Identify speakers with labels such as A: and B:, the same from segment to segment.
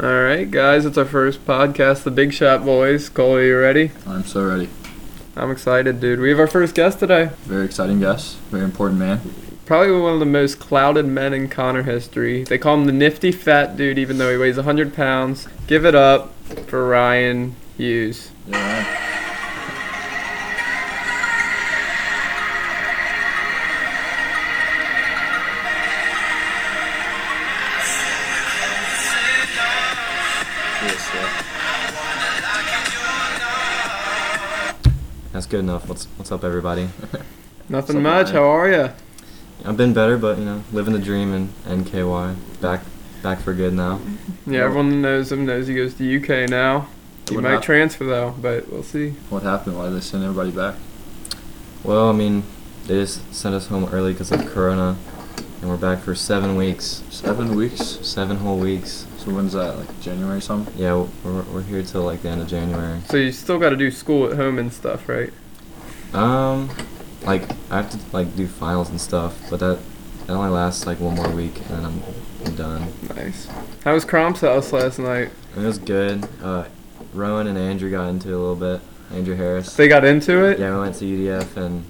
A: All right, guys, it's our first podcast, The Big Shot Boys. Cole, are you ready?
B: I'm so ready.
A: I'm excited, dude. We have our first guest today.
B: Very exciting guest. Very important man.
A: Probably one of the most clouded men in Connor history. They call him the nifty fat dude, even though he weighs 100 pounds. Give it up for Ryan Hughes.
B: Yeah.
C: That's good enough. What's what's up, everybody?
A: Nothing
B: Something
A: much.
B: like that.
A: How are you?
C: I've been better, but you know, living the dream in NKY. Back back for good now.
A: Yeah,
B: Well-
A: everyone knows him. Knows he goes to UK now. He
B: What
A: might
B: hap-
A: transfer though, but we'll see.
B: What happened? Why did they send everybody back?
C: Well, I mean, they just sent us home early because of Corona, and we're back for seven weeks,
B: Seven weeks.
C: seven whole weeks.
B: So when's that? Like January or something?
C: Yeah, we're we're here till like the end of January.
A: So you still got to do school at home and stuff, right?
C: Um, like I have to like do finals and stuff, but that that only lasts like one more week, and then I'm, I'm done.
A: Nice. How was Crom's house last night?
C: And it was good. Uh, Rowan and Andrew got into it a little bit. Andrew Harris.
A: They got into it.
C: Yeah, we went to UDF and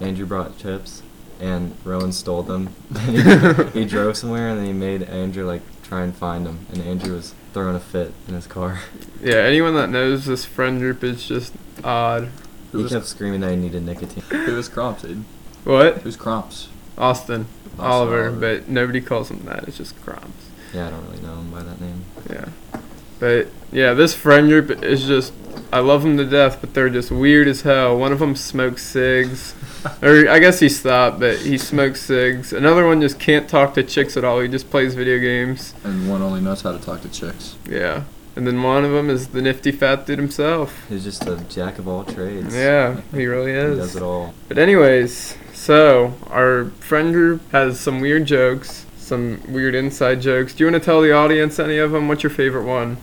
C: Andrew brought chips and Rowan stole them. he, he drove somewhere and then he made Andrew like try and find them and Andrew was throwing a fit in his car.
A: Yeah, anyone that knows this friend group is just odd.
B: Who
C: He
B: was,
C: kept screaming that he needed nicotine.
B: who was Cromps, dude?
A: What?
B: Who's Cromps?
A: Austin,
B: Austin
A: Oliver,
B: Oliver.
A: but nobody calls him that. It's just Croms.
C: Yeah, I don't really know him by that name.
A: Yeah. But yeah, this friend group is just I love them to death, but they're just weird as hell. One of them smokes cigs, or I guess he stopped, but he smokes cigs. Another one just can't talk to chicks at all. He just plays video games.
B: And one only knows how to talk to chicks.
A: Yeah. And then one of them is the nifty fat dude himself.
C: He's just a jack of all trades.
A: Yeah, he really
C: He
A: is.
C: does it all.
A: But anyways, so our friend group has some weird jokes, some weird inside jokes. Do you want to tell the audience any of them? What's your favorite one?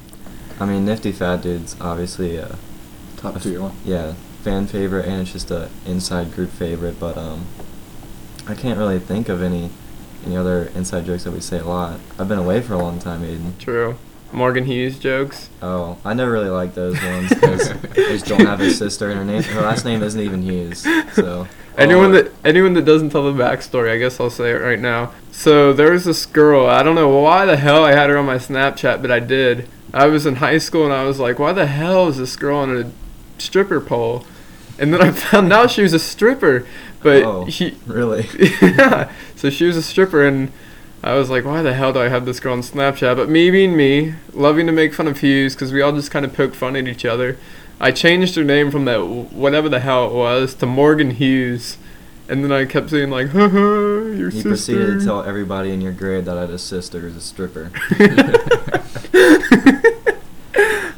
C: I mean, Nifty Fat Dude's obviously uh,
B: Top tier one.
C: yeah, fan favorite, and it's just a inside group favorite. But um, I can't really think of any any other inside jokes that we say a lot. I've been away for a long time, Aiden.
A: True. Morgan Hughes jokes.
C: Oh, I never really liked those ones because they just don't have a sister, and her name, her last name isn't even Hughes. So
A: Anyone that anyone that doesn't tell the backstory, I guess I'll say it right now. So there was this girl. I don't know why the hell I had her on my Snapchat, but I did. I was in high school and I was like, why the hell is this girl on a stripper pole? And then I found out she was a stripper, but
C: Oh.
A: she
C: really,
A: yeah. So she was a stripper, and I was like, why the hell do I have this girl on Snapchat? But me being me, loving to make fun of Hughes, because we all just kind of poke fun at each other, I changed her name from that w- whatever the hell it was to Morgan Hughes. And then I kept saying like, "Ha ha, your
C: you
A: sister."
C: proceeded to tell everybody in your grade that I had a sister who's a stripper.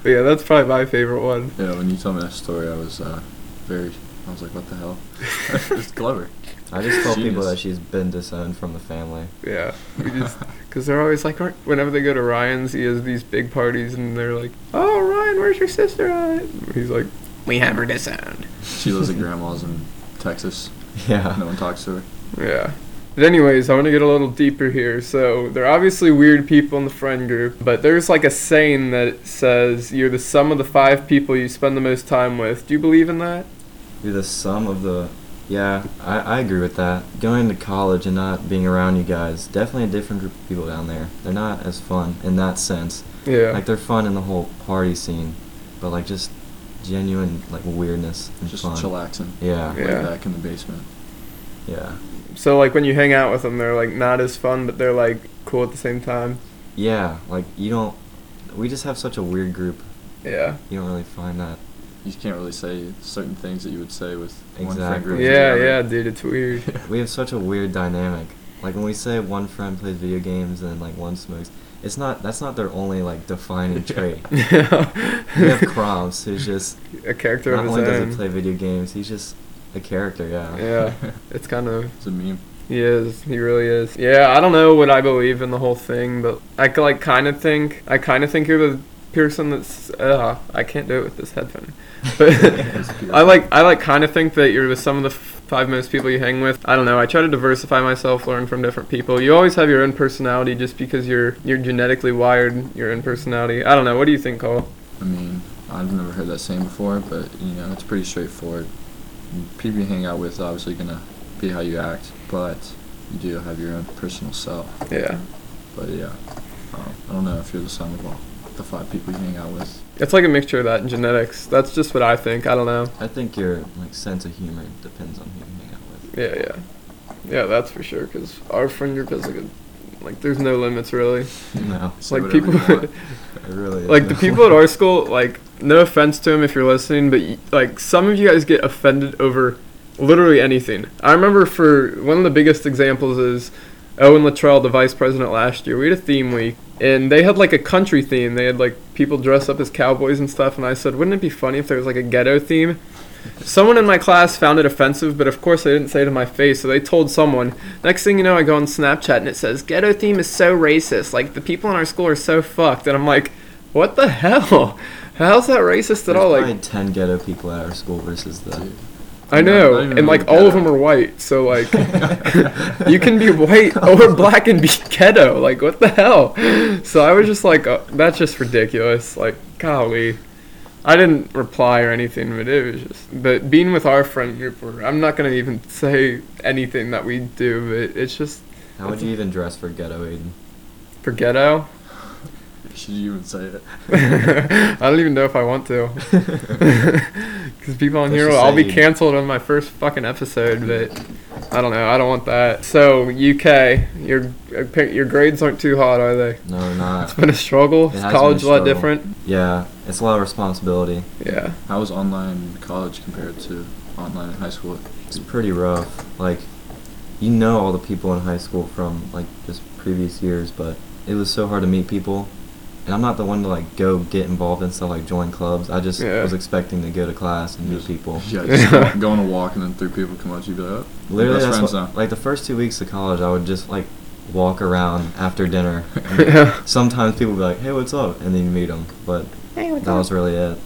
A: But yeah, that's probably my favorite one.
B: Yeah, when you told me that story, I was uh, very. I was like, what the hell? it's clever.
C: I just tell people
B: Genius.
C: that she's been disowned from the family.
A: Yeah, we just because they're always like, "Aren't-" whenever they go to Ryan's, he has these big parties, and they're like, "Oh, Ryan, where's your sister at?" He's like, "We have her disowned."
B: She lives at grandma's in Texas. No
C: Yeah,
B: one talks to her.
A: Yeah. But anyways, I want to get a little deeper here. So they're obviously weird people in the friend group, but there's like a saying that says you're the sum of the five people you spend the most time with. Do you believe in that?
C: you're the sum of the. Yeah, I, I agree with that. Going to college and not being around you guys, definitely a different group of people down there. They're not as fun in that sense.
A: Yeah.
C: Like they're fun in the whole party scene, but like just genuine like weirdness and
B: Just
C: fun.
B: chillaxing.
C: Yeah,
A: Yeah.
B: Way back in the basement.
C: yeah,
A: so like when you hang out with them, they're like not as fun, but they're like cool at the same time.
C: yeah. Like you don't. We just have such a weird group.
A: Yeah.
C: You don't really find that.
B: You can't really say certain things that you would say with one friend
C: Exactly.
B: group.
C: Right.
A: Yeah,
B: together.
A: yeah, dude, it's weird.
C: We have such a weird dynamic. Like when we say one friend plays video games and like one smokes, it's not. That's not their only like defining trait. We have Kromps, who's just
A: a character
C: not
A: of
C: only does he
A: his own.
C: play video games, he's just a character. Yeah.
A: Yeah. It's kind of
B: It's a meme.
A: He is. He really is. Yeah, I don't know what I believe in the whole thing, but I c- like kind of think I kind of think you're the person that's uh, I can't do it with this headphone. But I like I like kind of think that you're with some of the f- five most people you hang with. I don't know. I try to diversify myself, learn from different people. You always have your own personality just because you're you're genetically wired your own personality. I don't know. What do you think, Cole?
B: I mean, I've never heard that saying before, but you know, it's pretty straightforward. People you hang out with obviously gonna be how you act, but you do have your own personal self.
A: Yeah.
B: But yeah, um, I don't know if you're the sum of all the five people you hang out with.
A: It's like a mixture of that and genetics. That's just what I think. I don't know.
C: I think your like sense of humor depends on who you hang out with.
A: Yeah, yeah. Yeah, that's for sure cuz our friend group is like a, like there's no limits really.
C: No,
B: Say
A: Like
B: whatever you
A: people
B: want.
C: it really. is
A: like the
C: no.
A: people at our school like no offense to them if you're listening but y- like some of you guys get offended over literally anything i remember for one of the biggest examples is owen Latrell, the vice president last year we had a theme week and they had like a country theme they had like people dress up as cowboys and stuff and i said wouldn't it be funny if there was like a ghetto theme someone in my class found it offensive but of course they didn't say it to my face so they told someone Next thing you know, I go on Snapchat and it says, Ghetto theme is so racist. Like, the people in our school are so fucked. And I'm like, what the hell? How's that racist at
C: There's
A: all? Like,
C: probably ten ghetto people at our school versus the.
B: Dude.
A: I know.
B: Not even
A: And, like,
B: really
A: all of
B: ghetto.
A: them are white. So, like, you can be white or black and be ghetto. Like, what the hell? So I was just like, uh, that's just ridiculous. Like, golly. I didn't reply or anything, but it was just. But being with our friend group, we're- I'm not going to even say anything that we do, but it's just
C: How would you even dress for ghetto, Aiden?
A: for ghetto.
B: Should you even say it?
A: I don't even know if I want to. Because people on
C: That's
A: here,
C: just
A: I'll be
C: saying.
A: canceled on my first fucking episode, but I don't know. I don't want that. So, UK, your your grades aren't too hot, are they?
C: No, we're
A: It's
C: not.
A: been a struggle.
C: It
A: Is
C: has
A: college a
C: been a
A: lot
C: struggle.
A: different?
C: Yeah, it's a lot of responsibility.
A: Yeah.
B: How was online college compared to online in high school?
C: It's pretty rough. Like, you know all the people in high school from like just previous years, but it was so hard to meet people. And I'm not the one to like go get involved and stuff like join clubs. I just
A: Yeah.
C: was expecting to go to class and meet people.
B: Yeah, just go, go on a walk and then three people come up to you and be like, oh,
C: Literally,
B: best
C: that's
B: friends
C: what,
B: now.
C: like the first two weeks of college, I would just like walk around after dinner.
A: Yeah.
C: Sometimes people would be like, "Hey, what's up?" and then you meet them. But that was really it.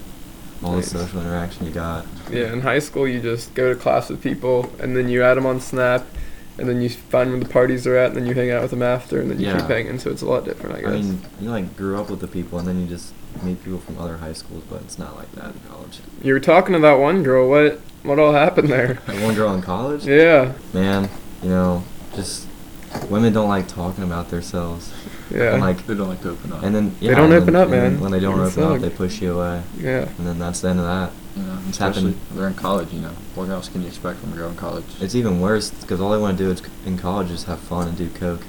C: All
A: Nice.
C: the social interaction you got.
A: Yeah, in high school, you just go to class with people, and then you add them on Snap, and then you find where the parties are at, and then you hang out with them after, and then you keep
C: Yeah.
A: hanging. So it's a lot different, I
C: I
A: guess.
C: mean, you like grew up with the people, and then you just meet people from other high schools, but it's not like that in college.
A: you were talking to that one girl. What what all happened there?
C: That one girl in college,
A: Yeah.
C: man, you know, just women don't like talking about themselves,
A: Yeah.
C: and like,
B: They don't like to open up.
C: and then
A: They
C: yeah,
A: don't
C: and
A: open
C: then-
A: up,
C: and then
A: man.
C: When they don't
A: They
C: open
A: suck.
C: up, they push you away,
A: yeah.
C: and then that's the end of that.
B: you know,
C: It's
B: especially
C: happened.
B: they're in college, you know. What else can you expect from a girl in college?
C: It's even worse because all they want to do is in college is have fun and do coke.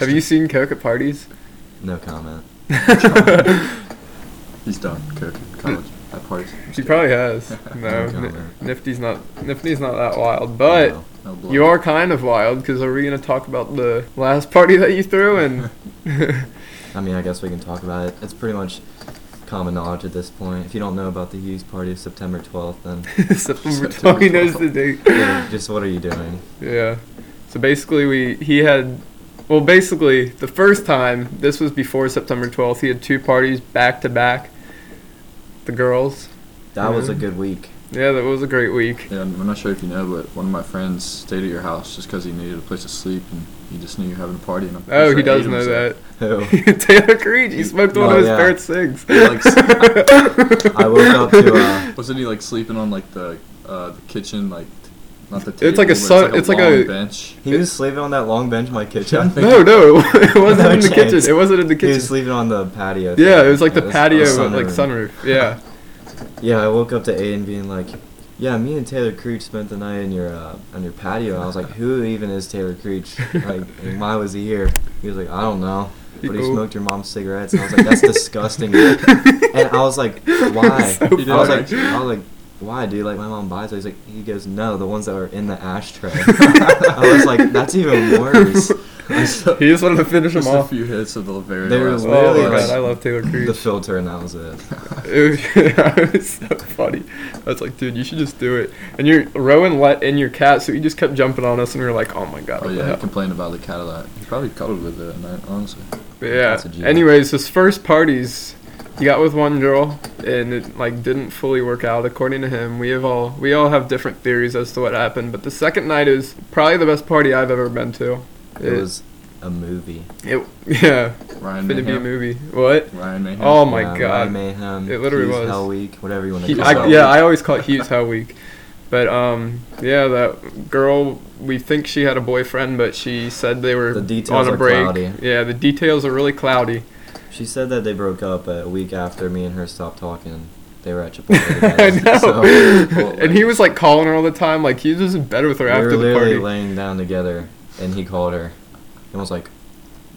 A: Have you seen Coke at parties?
C: No comment.
B: He's done. Coke in college at parties.
A: She probably has. No,
C: Okay.
A: N- Nifty's not. Nifty's not that wild, but
C: No.
B: No blood.
A: you are kind of wild. Because are we gonna talk about the last party that you threw? And
C: I mean, I guess we can talk about it. It's pretty much common knowledge at this point. If you don't know about the Hughes party of September 12th, then
A: September twenty knows the date.
C: yeah, just what are you doing?
A: Yeah. So basically, we he had, well, basically the first time this was before September twelfth. He had two parties back to back. The girls.
C: That was a
A: Mhm.
C: good week.
A: Yeah, that was a great week.
B: Yeah, I'm not sure if you know, but one of my friends stayed at your house just because he needed a place to sleep and he just knew you were having a party. And I'm pretty
A: Oh,
B: sure
A: he does
B: ate
A: know
B: himself.
A: that.
C: Who?
A: Taylor Creed. He
B: He-
A: smoked
C: Oh,
A: one of his
C: yeah.
A: favorite cigs.
B: He, like, s-
C: I woke up to uh,
B: wasn't he like sleeping on like the uh, the kitchen like t- not the table?
A: It's like a
B: but
A: sun- it's like
B: long
A: a-
B: bench.
C: he was sleeping on that long bench in my kitchen.
A: No, no, it wasn't
C: No
A: in the
C: chance.
A: kitchen. It wasn't in the
C: He
A: kitchen.
C: was sleeping on the patio.
A: yeah,
C: thing.
A: it was like the
C: was
A: patio,
C: the
A: with, like sunroof. Yeah,
C: Yeah, I woke up to Aiden being like, "Yeah, me and Taylor Creech spent the night in your uh, on your patio." I was like, "Who even is Taylor Creech? Like, and why was he here?" He was like, "I don't know." But he
A: Cool.
C: smoked your mom's cigarettes, and I was like, "That's disgusting." dude." and I was like, "Why?"
A: So
C: I was like,
B: funny.
C: "I was like, why, dude? Like, my mom buys it." He's like, he goes, "No, the ones that are in the ashtray." I was like, "That's even worse." I still-
A: he just wanted to finish him
B: Just a
A: off.
B: few hits of the very
C: They were
B: last.
A: Oh
C: Really?
A: my god,
C: Like,
A: I love Taylor Creed.
C: the filter, and that was it.
A: It was, it was so funny. I was like, dude, you should just do it. And you're Rowan let in your cat, so he just kept jumping on us, and we were like, oh my god.
B: Oh
A: what the
B: yeah,
A: hell?
B: he complained about the Cadillac. He probably cuddled with it at night, honestly.
A: But yeah.
C: That's a G.
A: Anyways, his first parties, he got with one girl, and it like didn't fully work out according to him. We have all we all have different theories as to what happened, but the second night is probably the best party I've ever been to.
C: It was a movie.
A: It yeah,
B: Ryan
A: fit to be a
B: Mayhem.
A: movie. What?
B: Ryan Mayhem.
A: Oh my
C: Yeah,
A: god.
C: Ryan Mayhem.
A: It literally
C: Hughes
A: was.
C: Hell Week, whatever you want to
A: He,
B: Hughes
C: call
A: I,
C: it.
B: Hell
A: yeah,
B: Week.
A: I always call it Hughes Hell Week. But um, yeah, that girl. We think she had a boyfriend, but she said they were
C: The details
A: on a
C: are
A: break.
C: cloudy.
A: Yeah, the details are really cloudy.
C: She said that they broke up a week after me and her stopped talking. They were at Chipotle together.
A: I know.
C: So
B: Chipotle.
A: and he was like calling her all the time. Like he was just in bed with her
C: we
A: after
C: were
A: the
C: literally
A: party.
C: laying down together, and he called her and was like,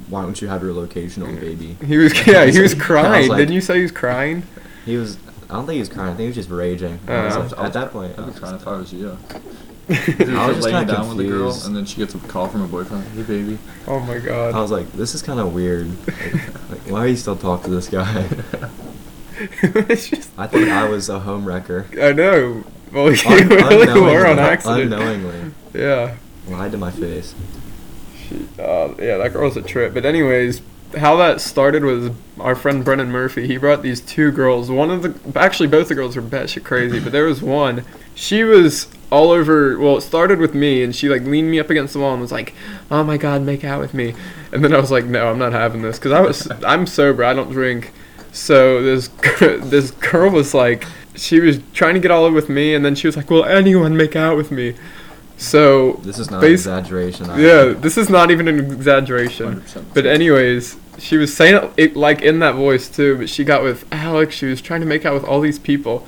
C: "Why don't you have your location on, baby?"
A: He was yeah, he was
C: I was
A: crying.
C: like-
A: Didn't you say he was crying?
C: He was. I don't think he was crying. I think he was just raging. I was
A: Uh,
C: like, at that point,
B: I'd
C: I
B: be
C: was
B: trying
C: just-
B: if I was you.
C: was
B: I was
C: just
B: laying
C: kinda
B: down with the girl,
C: confused.
B: and then she gets a call from her boyfriend. Hey, baby.
A: oh my
C: I
A: god.
C: was like, this is kind of weird. Like, why are you still talking to this guy?
A: it's just
C: I think I was a home wrecker.
A: I know. Well, you
C: Un-
A: really
C: unknowingly-
A: were on accident.
C: Unknowingly.
A: Yeah.
C: Lied to my face.
A: She, uh, yeah, that girl's a trip. But anyways, how that started was our friend Brennan Murphy. He brought these two girls. One of the actually both the girls were batshit crazy, but there was one. She was all over. Well, it started with me, and she like leaned me up against the wall and was like, "Oh my God, make out with me." And then I was like, "No, I'm not having this," because I was I'm sober. I don't drink. So this gir- this girl was like, she was trying to get all over with me, and then she was like, "Will anyone make out with me?" So
C: This is not an
A: Bas-
C: exaggeration. I-
A: yeah, this is not even an exaggeration.
B: 100%.
A: But anyways, she was saying it, it like in that voice too. But she got with Alex. She was trying to make out with all these people,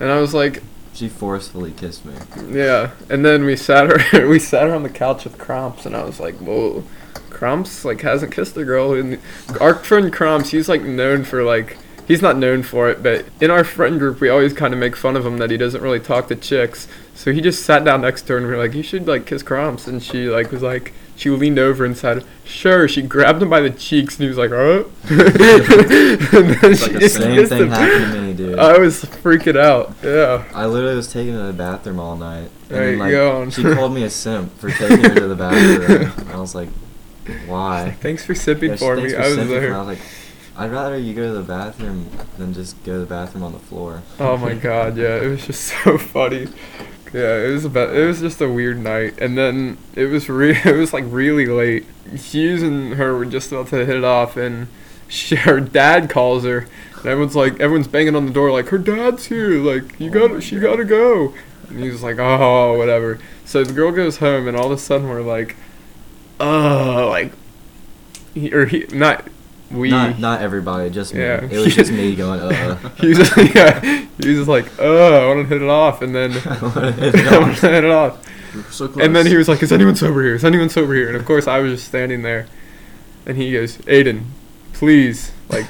A: and I was like,
C: She forcefully kissed me.
A: yeah. And then we sat her. we sat her on the couch with Cromps, and I was like, whoa, Cromps like hasn't kissed a girl. And our friend Cromps, he's like known for like. He's not known for it, but in our friend group, we always kind of make fun of him that he doesn't really talk to chicks. So he just sat down next to her and we were like, "You should like kiss Cromps," and she like was like, she leaned over and said, "Sure." She grabbed him by the cheeks and he was like, "Oh," and then
B: It's
A: she
B: like the
A: just
C: Same
A: kissed
C: thing
A: him.
C: happened to me, dude.
A: I was freaking out. Yeah.
C: I literally was taken to the bathroom all night. And
A: There you
C: then, like,
A: go.
C: She called me a simp for taking her to the bathroom. And I was like, why?
A: Thanks for sipping
C: Yeah, she
A: for
C: thanks
A: me.
C: for
A: I was
C: simping for me.
A: there.
C: I was like, I'd rather you go to the bathroom than just go to the bathroom on the floor.
A: Oh my god, yeah, it was just so funny. Yeah, it was about it was just a weird night, and then it was re- it was like really late. Hughes and her were just about to hit it off, and she, her dad calls her, and everyone's like everyone's banging on the door like her dad's here, like you
B: Oh
A: got
B: my
A: to she
B: God.
A: gotta go, and he's like oh whatever. So the girl goes home, and all of a sudden we're like, oh like, he, or he not we
C: not not everybody, just
A: Yeah.
C: me. It was just me going, uh.
A: he was just yeah, he was just like, oh, I want to hit it off, and then
C: I
A: I
C: wanna
A: want
C: hit it off.
A: to hit it off,
B: We were so close.
A: and then he was like, is anyone sober here? Is anyone sober here? And of course, I was just standing there, and he goes, Aiden, please, like,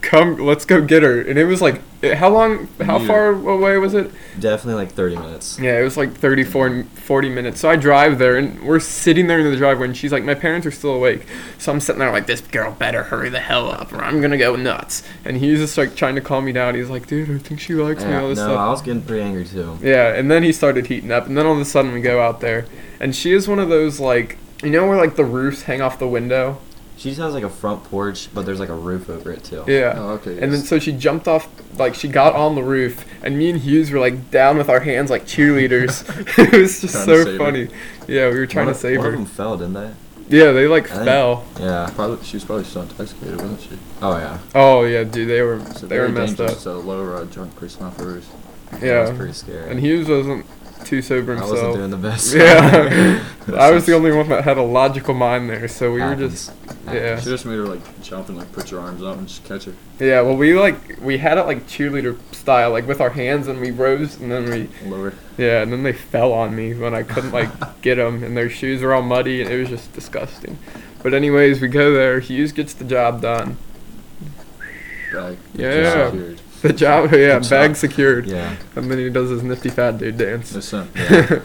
A: come, let's go get her. And it was like, it- how long, how
B: Yeah.
A: far away was it?
C: definitely like 30 minutes.
A: Yeah, it was like 34 and 40 minutes. So I drive there, and we're sitting there in the driveway, and she's like, My parents are still awake. So I'm sitting there like, This girl better hurry the hell up, or I'm gonna go nuts. And he's just like trying to calm me down. He's like, Dude, I think she likes me,
C: Yeah,
A: all
C: no,
A: this
C: I
A: stuff.
C: was getting pretty angry too.
A: Yeah, and then he started heating up, and then all of a sudden we go out there, and she is one of those like, you know, where like the roofs hang off the window?
C: She just has like a front porch, but there's like a roof over it too.
A: Yeah.
B: Oh, okay.
A: And then
B: yes.
A: so she jumped off, like she got on the roof, and me and Hughes were like down with our hands like cheerleaders. it was just
B: Trying to
A: so
B: save her.
A: funny. Yeah, we were trying
C: one
A: to
C: of-
A: save
C: one
A: her.
C: of them fell, didn't they?
A: Yeah, they like
C: I think-
A: fell.
C: Yeah.
B: Probably, she was probably still intoxicated, wasn't she?
C: Oh yeah.
A: Oh yeah, dude, they were
B: It's a
A: they were
B: very
A: messed up.
B: dangerous to lower a drunk person off a roof.
C: That was
A: Yeah,
C: pretty scary.
A: and Hughes wasn't too sober
C: I
A: himself.
C: wasn't doing the best.
A: Yeah. I was the only one that had a logical mind there, so we were just
B: She
A: yeah.
B: just made her like jump and like put your arms up and just catch her.
A: yeah. Well, we like we had it like cheerleader style, like with our hands, and we rose, and then we
B: Lower.
A: yeah, and then they fell on me when I couldn't like get them, and their shoes were all muddy, and it was just disgusting. But anyways, we go there. Hughes gets the job done.
B: Like,
A: Yeah.
B: Secured.
A: The job, yeah,
B: job.
A: bag secured.
C: uh, Yeah.
A: And then he does his nifty fat dude dance.
B: Listen.
C: Yeah.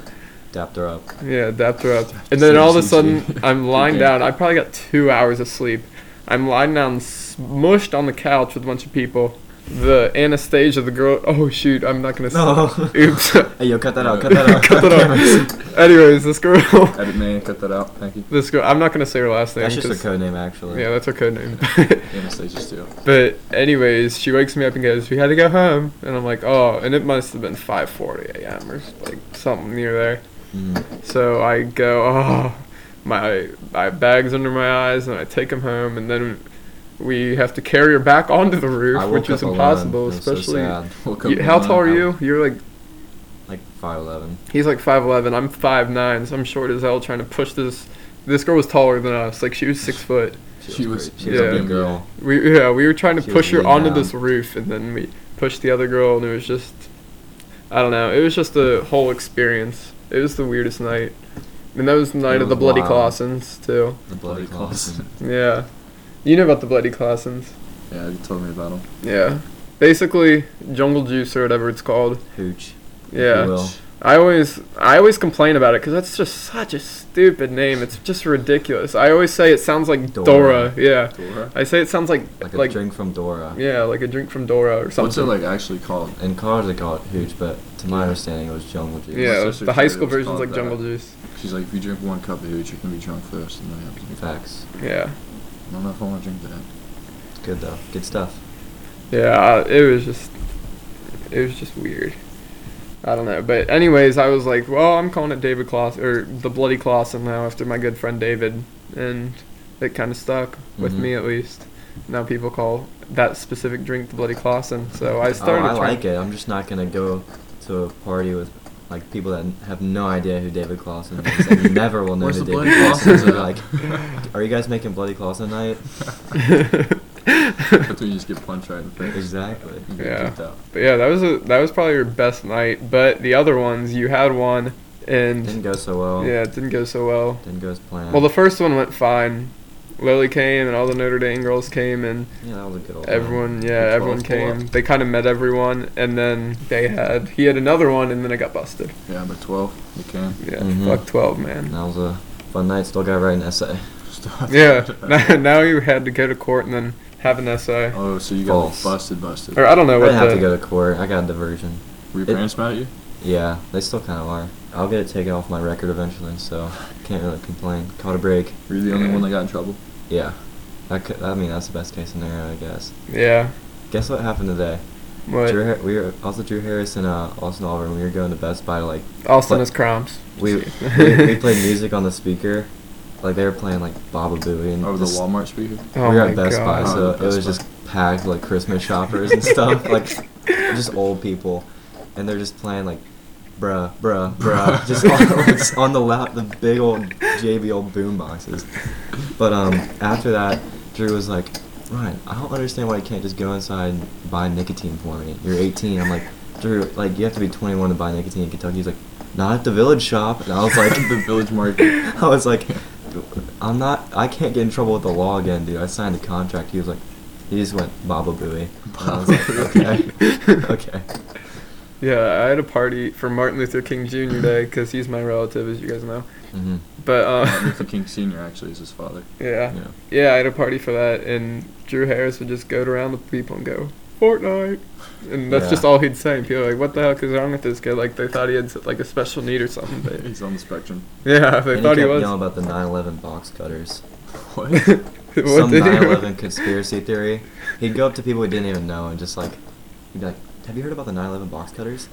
C: dapped her up.
A: Yeah, adapt her up. And then all of a sudden, I'm lying
B: Okay.
A: down. I probably got two hours of sleep. I'm lying down, smushed on the couch with a bunch of people. The Anastasia, the girl. Oh shoot, I'm not gonna. s-
C: No.
A: Oops.
C: hey, yo, cut that out. Cut that out.
A: Cut that out. Anyways, this girl.
B: Edit me and cut that out. Thank you.
A: This girl. I'm not gonna say her last name.
C: That's just her
A: 'cause-
C: code name, actually.
A: Yeah, that's her code name.
B: Anastasia Steele.
A: But anyways, she wakes me up and goes, "We had to go home," and I'm like, "Oh," and it must have been 5:40 a.m. or s- like something near there.
C: Mm.
A: So I go, "Oh, my my bags under my eyes," and I take them home, and then we have to carry her back onto the roof,
C: I woke
A: which is
C: up alone.
A: impossible,
C: It was so
A: especially.
C: sad.
B: Woke up
A: you, how
B: one
A: tall are
B: hour-
A: you? You're like
C: Like five eleven.
A: he's like 5'11. I'm 5'9, so I'm short as hell trying to push this. This girl was taller than us. Like she was six foot.
B: She was-
C: great. she was
A: yeah.
C: a big girl.
A: We yeah, we were trying to
C: She was
A: push her
C: leaning
A: onto
C: down.
A: this roof, and then we pushed the other girl, and it was just, I don't know, it was just a whole experience. It was the weirdest night, and that was the night
C: It
A: of the
C: was
A: bloody
C: wild.
A: Clausens too.
C: The bloody
B: Bloody Clausens.
C: Clausen.
A: Yeah, you know about the bloody Clausens.
B: Yeah, you told me about him.
A: Yeah, basically jungle juice or whatever it's called.
C: Hooch. if you
A: Yeah,
C: will.
A: I always I always complain about it because that's just such a stupid name. It's just ridiculous. I always say it sounds like Dora.
C: Dora.
A: Yeah,
B: Dora.
A: I say it sounds like
C: Like
A: like,
C: a drink from Dora.
A: yeah like a drink from Dora or something.
B: What's it like actually called?
C: In college they call it hooch, but to my understanding it was jungle juice.
A: Yeah,
B: sister
A: the high
B: said it
A: school
B: was
A: version's
B: called
A: like
B: that.
A: Jungle Juice.
B: She's like, if you drink one cup of hooch, you can be drunk first, and then you have to drink that.
C: Facts.
A: Yeah,
B: I don't know if I want to drink that.
C: It's good though. Good stuff.
A: yeah. I- It was just, it was just weird. I don't know, but anyways, I was like, well, I'm calling it David Claus or the Bloody Clausen now after my good friend David, and it kind of stuck with
C: Mhm.
A: me at least. Now people call that specific drink the Bloody Clausen, so I started.
C: oh, I
A: trying-
C: like it. I'm just not gonna go to a party with like people that have no idea who David Clausen is and never will know
B: Where's
C: who
B: the
C: David
B: Bloody
C: Clausen is.
B: Clausens
C: They're Like, are you guys making bloody Clausen night?
B: That's when you just get punched right in the face.
C: Exactly.
B: You get
A: Yeah.
B: kicked out.
A: But yeah, that was a that was probably your best night. But the other ones, you had one,
C: Didn't
A: and
C: go so well.
A: yeah, it didn't go so well.
C: Didn't go as planned.
A: Well, the first one went fine. Lily came and all the Notre Dame girls came and
C: yeah, that was a good old. time.
A: everyone, yeah,
B: Good
A: everyone
B: calls, Paul.
A: came. They kind of met everyone and then they had he had another one and then it got busted.
B: Yeah, but 12, you can.
A: Yeah,
C: Mhm.
A: fuck twelve,
C: And
A: man.
C: that was a fun night. Still got to write an essay.
A: Yeah, now, now you had to go to court and then have an essay.
B: Oh, so you got like,
C: False.
B: busted, busted.
A: Or I don't know
C: I
A: what
C: didn't have to
A: the-
C: go to court. I got a diversion.
B: Were your
C: It-
B: parents mad at you?
C: Yeah, they still kind of are. I'll get it taken off my record eventually, so can't really complain. Caught a break.
B: Were you the only
A: Yeah.
B: one that got in trouble?
C: Yeah, that could, I mean that's the best case scenario, I guess.
A: Yeah.
C: Guess what happened today? Drew,
A: What
C: Har- we were also Drew Harris and uh, Austin Auburn. We were going to Best Buy to like
A: Austin
C: But-
A: has cramps.
C: we we, we played music on the speaker, like they were playing like Baba Booey and
B: Over the
C: this-
B: Walmart speaker?
A: Oh
C: we were
A: my
C: at Best
A: God.
C: Buy, so
B: Oh,
C: it
B: Best
C: was
B: Buy.
C: just packed like Christmas shoppers and stuff, like just old people, and they're just playing like, bruh, bruh, bruh, just on, just on the lap, the big old JBL boom boxes. But um, after that, Drew was like, Ryan, I don't understand why you can't just go inside and buy nicotine for me. You're 18. I'm like, Drew, like you have to be 21 to buy nicotine in Kentucky. He's like, not at the village shop. And I was like,
B: the village market.
C: I was like, I'm not. I can't get in trouble with the law again, dude. I signed a contract. He was like, he just went Baba Booey. And I was like, okay, okay.
A: Yeah, I had a party for Martin Luther King Jr. Day because he's my relative, as you guys know.
C: hmm
A: But
B: Martin
A: uh,
B: Luther King Sr. actually is his father.
A: yeah.
C: Yeah.
A: Yeah, I had a party for that, and Drew Harris would just go around with people and go Fortnite, and that's
C: Yeah.
A: just all he'd say. And people were like, "What the heck is wrong with this kid?" Like they thought he had s- like a special need or something. But
B: He's on the spectrum.
A: yeah, they
C: And
A: thought
C: he kept
A: he, was.
C: yelling about the 9/11 box cutters.
B: What?
A: What
C: Some
A: did he-
C: 9/11 conspiracy theory. He'd go up to people he didn't even know and just like, he'd be like, Have you heard about the 9/11 box cutters?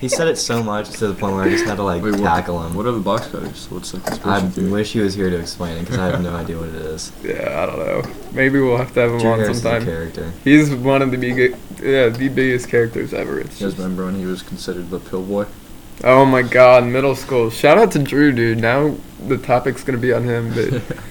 C: he said it so much to the point where I just had to like
B: Wait, what,
C: tackle him.
B: What are the box cutters? What's the
C: I
B: conspiracy theory?
C: wish he was here to explain it because I have no idea what it is.
A: Yeah, I don't know. Maybe we'll have to have him
C: Drew
A: on
C: Harris is a
A: sometime.
C: character.
A: He's one of the big, yeah, the biggest characters ever. It's
B: You guys
A: just,
B: remember when he was considered the pill boy?
A: oh my god, middle school. Shout out to Drew, dude. Now the topic's gonna be on him, but.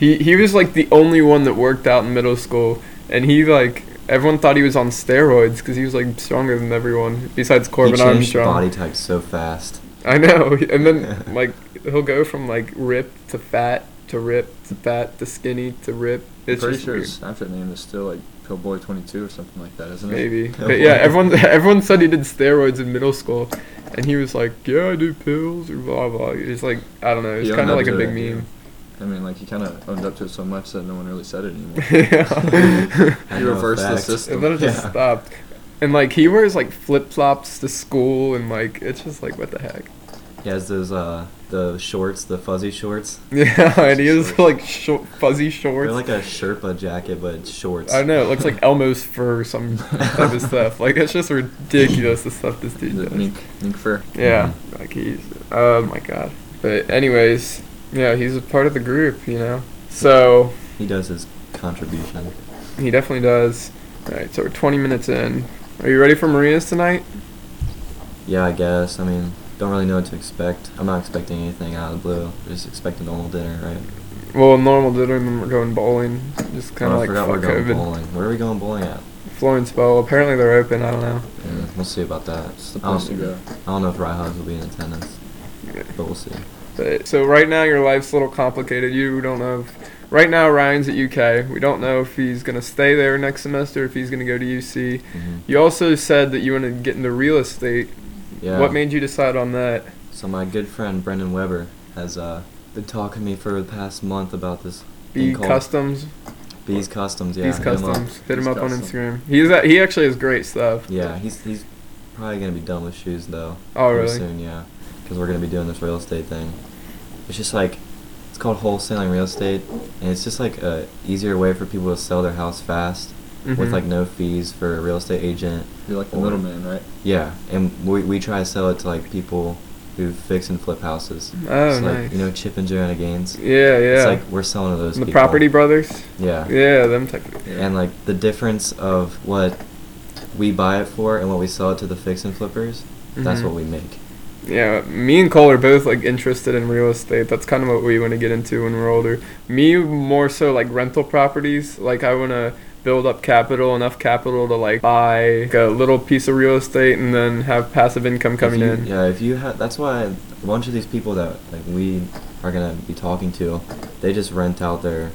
A: He he was like the only one that worked out in middle school, and he like everyone thought he was on steroids because he was like stronger than everyone besides Corbin
C: he changed
A: Armstrong.
C: body type so fast.
A: I know, and then like he'll go from like ripped to fat to ripped to fat to skinny to ripped. It's
B: I'm pretty
A: just
B: sure
A: weird.
B: his Snapchat name is still like Pillboy22 or something like that, isn't it?
A: Maybe.
C: No
A: But yeah,
C: way.
A: everyone everyone said he did steroids in middle school, and he was like, "Yeah, I do pills or blah blah." It's like I don't know. It's
B: Yeah,
A: kind of
B: that
A: like a
B: was
A: big
B: it, yeah.
A: meme.
B: I mean, like he kind of owned up to it so much that no one really said it anymore.
A: yeah.
C: I
B: He
C: know a
B: reversed the
C: fact.
A: and
B: system.
A: then it just
C: Yeah.
A: stopped. And like he wears like flip flops to school, and like it's just like what the heck.
C: He has those uh the shorts, the fuzzy shorts.
A: Yeah, and he has
B: Shorts.
A: like short, fuzzy shorts.
C: They're like a Sherpa jacket, but it's shorts.
A: I know it looks like Elmo's fur or some type of stuff. Like it's just ridiculous the stuff this dude
B: The
A: does.
B: mink, mink fur.
A: Yeah,
C: Mm-hmm.
A: like he's. Oh my god. But anyways, yeah, he's a part of the group, you know. So
C: He does his contribution.
A: he definitely does. All right, so we're 20 minutes in. Are you ready for marinas tonight?
C: Yeah, I guess. I mean, don't really know what to expect. I'm not expecting anything out of the blue. Just expect a normal dinner, right?
A: Well, normal dinner, and then we're going bowling. Just kind of
C: Oh, I
A: like
C: forgot we're
A: fuck
C: going
A: COVID.
C: bowling. Where are we going bowling at?
A: Florence Bowl. Apparently they're open. I don't know.
C: Yeah, we'll see about that.
B: It's the
C: I
B: place
C: don't,
B: to go.
C: I don't know if Ryhogs will be in attendance, but we'll see.
A: But, so right now your life's a little complicated. You don't know. If, right now Ryan's at UK. We don't know if he's gonna stay there next semester. If he's gonna go to UC.
C: hmm
A: You also said that you want to get into real estate.
C: Yeah.
A: What made you decide on that?
C: So my good friend Brendan Weber has uh, been talking to me for the past month about this
A: B
C: thing called
A: Customs.
C: Bees Customs. Yeah,
A: Bees
C: hit 'em up.
A: Customs. Hit him
B: Bees
A: up on
B: Custom.
A: Instagram. He's at, he actually has great stuff.
C: Yeah, he's he's probably gonna be done with shoes though.
A: Oh
C: pretty
A: really?
C: Soon, yeah, because we're gonna be doing this real estate thing. It's just like it's called wholesaling real estate, and it's just like a easier way for people to sell their house fast with
A: Mhm.
C: like no fees for a real estate agent.
B: You're like the
C: Or-
B: middleman, right?
C: Yeah, and we we try to sell it to like people who fix and flip houses.
A: Oh
C: It's
A: nice.
C: Like, you know, Chip and Joanna Gaines.
A: yeah yeah.
C: It's like we're selling to those.
A: the
C: people.
A: Property Brothers.
C: Yeah.
A: Yeah, them type. Of,
B: Yeah.
C: And like the difference of what we buy it for and what we sell it to the fix and flippers, that's
A: Mhm.
C: what we make.
A: Yeah, me and Cole are both like interested in real estate. That's kind of what we want to get into when we're older. Me more so like rental properties. Like I want to build up capital, enough capital to like buy like, a little piece of real estate and then have passive income coming
C: If you-
A: in.
C: Yeah, if you have, that's why a bunch of these people that like we are gonna be talking to, they just rent out their,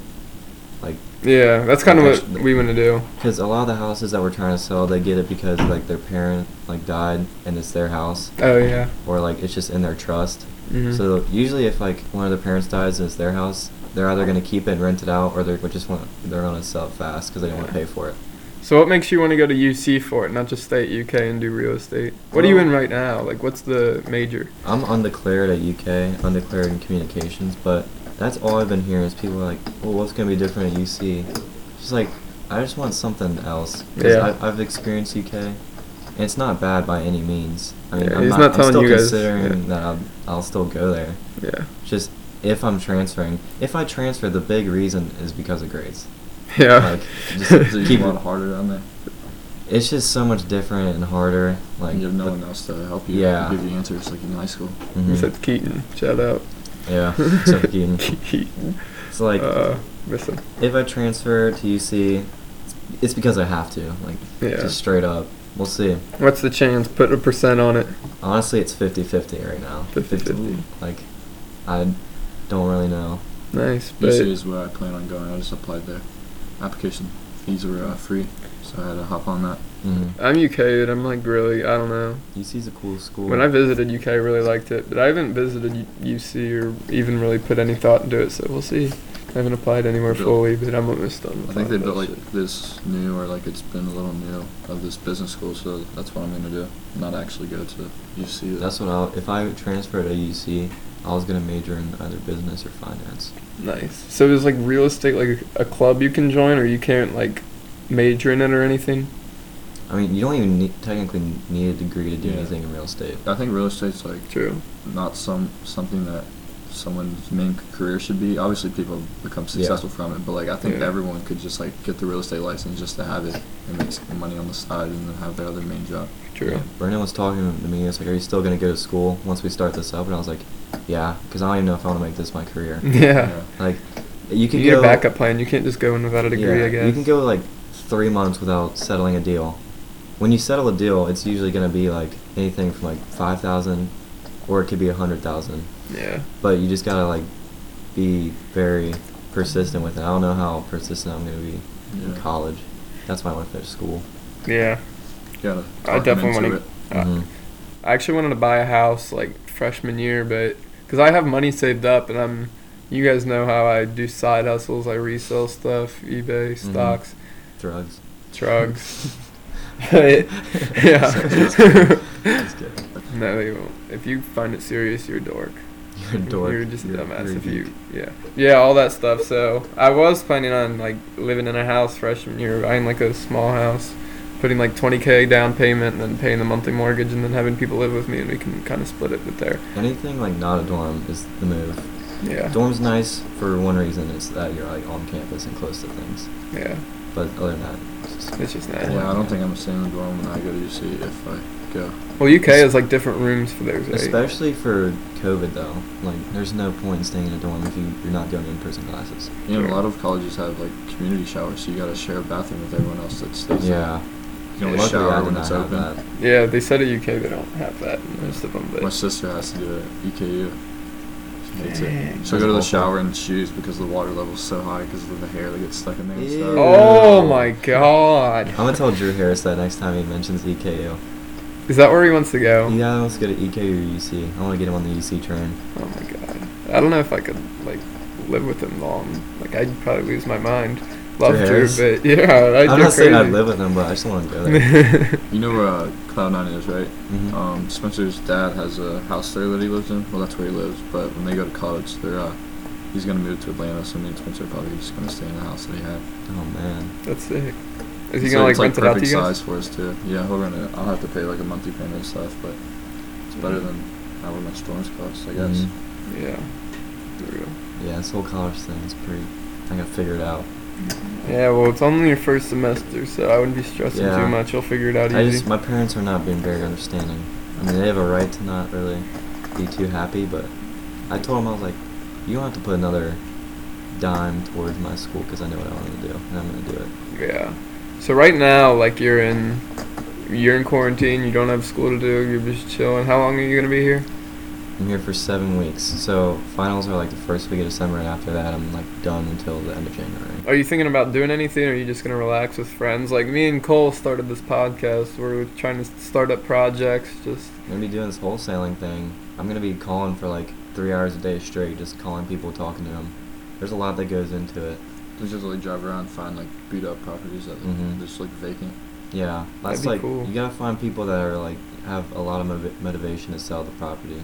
C: like,
A: Yeah, that's kind of what
C: Actually-
A: we want to do.
C: because a lot of the houses that we're trying to sell, they get it because like their parent like died and it's their house,
A: Oh yeah.
C: or like it's just in their trust.
A: hmm
C: So usually, if like one of the parents dies and it's their house, they're either gonna keep it and rent it out, or they're just want they're gonna sell it fast because they don't want
A: Yeah.
C: to pay for it.
A: So what makes you want to go to UC for it, not just stay at UK and do real estate? What are you
C: Well- Um,
A: in right now? Like, what's the major?
C: I'm undeclared at UK, undeclared in communications, but that's all I've been hearing is people are like, well, what's going to be different at UC? Just like, I just want something else. 'Cause
A: Yeah.
C: I, I've experienced UK, and it's not bad by any means. I mean,
A: Yeah,
C: I'm,
A: he's
C: not,
A: not
C: I'm
A: telling
C: still
A: you guys, yeah.
C: considering that I'll, I'll still go there.
A: Yeah.
C: Just if I'm transferring. If I transfer, the big reason is because of grades.
A: Yeah.
C: Like,
B: Just so
C: just
B: you
C: keep
B: a lot harder on there.
C: It's just so much different and harder. Like,
B: Like you have no
C: but-
B: one else to help you.
C: Yeah.
B: Give you answers like in high school.
A: You
C: Mhm.
A: said Keaton. Shout out.
C: Yeah. So, Keaton.
A: Keaton.
C: It's like,
A: uh, miss him.
C: If I transfer to UC, it's because I have to. Like,
A: Yeah.
C: just straight up. We'll see.
A: What's the chance? Put a percent on it.
C: Honestly, it's 50 50 right now.
A: 50-50.
B: Ooh.
C: Like, I don't really know.
A: Nice, but
B: UC is where I plan on going. I just applied there. Application fees were uh, free, so I had to hop on that.
C: Mm-hmm.
A: I'm UK and I'm like really I don't know.
C: UC's a cool school.
A: When I visited UK, I really liked it, but I haven't visited U- UC or even really put any thought into it. So we'll see. I haven't applied anywhere
B: Built-
A: fully, but I'm almost done. with
B: I think
A: all
B: they
A: that
B: built like
A: shit.
B: this new, or like it's been a little new of this business school. So that's what I'm gonna do. Not actually go to UC.
C: That's what I'll. If I transfer to UC, I was going to major in either business or finance.
A: nice. So is like real estate like a club you can join, or you can't like major in it or anything?
C: I mean, you don't even need, technically need a degree to do
B: Yeah.
C: anything in real estate.
B: I think real estate's like
A: True.
B: not some something that someone's main career should be. Obviously, people become successful from it, but like I think
A: Yeah.
B: everyone could just like get the real estate license just to have it and make some money on the side and then have their other main job.
A: True.
C: Brendan was talking to me. He was like, Are you still going to go to school once we start this up? And I was like, Yeah, because I don't even know if I want to make this my career.
A: Yeah.
C: Like, you
A: You,
C: can
A: need
C: go.
A: a backup plan. You can't just go in without a degree.
C: Yeah,
A: I guess
C: You can go like three months without settling a deal. When you settle a deal, it's usually going to be like anything from like five thousand, or it could be a hundred thousand.
A: Yeah.
C: But you just gotta like be very persistent with it. I don't know how persistent I'm gonna be in
B: Yeah.
C: college. That's why I want to finish school.
A: Yeah.
B: Gotta
A: I
B: talk 'em
A: definitely
B: into
A: wanna-
B: it.
A: Uh,
C: hmm
A: I actually wanted to buy a house like freshman year, but because I have money saved up and I'm, you guys know how I do side hustles. I resell stuff, eBay,
C: Mhm.
A: stocks,
C: Drugs.
A: drugs. yeah.
C: Just kidding.
A: no, they won't. If you find it serious, you're a dork.
C: You're a dork.
A: You're just a dumbass
C: you're
A: if
C: geek.
A: you, yeah, yeah, all that stuff. So I was planning on like living in a house freshman year, buying like a small house, putting like 20k down payment, and then paying the monthly mortgage, and then having people live with me, and we can kind of split it with there.
C: Anything like not a dorm is the move.
A: Yeah,
C: Dorm's nice for one reason. It's that you're like on campus and close to things.
A: yeah,
C: But other than that, it's just-
A: it's just nice.
B: Yeah, I don't think I'm staying in the dorm when I go to UC if I go.
A: Well, UK is like different rooms for those. Right?
C: especially for COVID though, like there's no point in staying in a dorm if you, you're not doing in-person classes.
B: You know, a lot of colleges have like community showers, so you gotta share a bathroom with everyone else that stays. there.
C: Yeah.
B: You can only
A: Luckily,
B: shower
C: I did
B: when
C: not
B: it's
C: have
B: open.
C: that.
A: Yeah, they said at UK they don't have that in most of them,
B: My
A: but
B: sister has to do it. EKU. She hates
A: Dang.
B: it. She'll go to the
C: That's awful.
B: shower in shoes because the water level's so high because of the hair that gets stuck in there. And stuff.
C: Ew.
A: oh my god,
C: I'm gonna tell Drew Harris that next time he mentions E EKU.
A: is that where he wants to go?
C: Yeah, let's go to EKU or UC. I want to get him on the UC train.
A: Oh my god. I don't know if I could like live with him long. Like I'd probably lose my mind. Love to,
C: Harris?
A: but yeah, I'd
C: I'm
A: go
C: not
A: crazy.
C: saying I'd live with him, but I just want to go there.
A: with
B: You know where uh, Cloud9 is, right?
C: Mhm.
B: Um, Spencer's dad has a house there that he lives in. Well, that's where he lives. But when they go to college, they're uh, he's gonna move to Atlanta. So me and Spencer are probably just gonna stay in the house that he had.
C: Oh man.
A: That's sick. Is he
B: So
A: gonna like
B: it's,
A: rent it out to
B: perfect
A: you guys?
B: size for us too. Yeah, he'll rent it. I'll have to pay like a monthly payment and stuff, but it's better than however much storms cost, I guess.
C: Mhm.
A: Yeah. For real.
C: Yeah, this whole college thing is pretty. I gotta figure it out.
A: Yeah, well it's only your first semester, so I wouldn't be stressing
C: Yeah.
A: too much. You'll figure it out
C: I
A: easy.
C: just my parents are not being very understanding. I mean, they have a right to not really be too happy, but I told them I was like, you don't have to put another dime towards my school because I know what I want to do and I'm gonna do it.
A: yeah. So right now, like you're in you're in quarantine, you don't have school to do, you're just chilling. How long are you gonna be here?
C: I'm here for seven weeks, so finals are like the first week of December, and after that I'm like done until the end of January.
A: Are you thinking about doing anything, or are you just gonna relax with friends? Like me and Cole started this podcast. We're trying to s- start up projects. Just
C: I'm gonna be doing this wholesaling thing. I'm gonna be calling for like three hours a day straight, just calling people, talking to them. There's a lot that goes into it.
B: They just like drive around and find like beat up properties that
C: Mhm.
B: just like vacant.
C: Yeah,
A: That'd
C: that's
A: be
C: like
A: cool.
C: you gotta find people that are like have a lot of motiv- motivation to sell the property.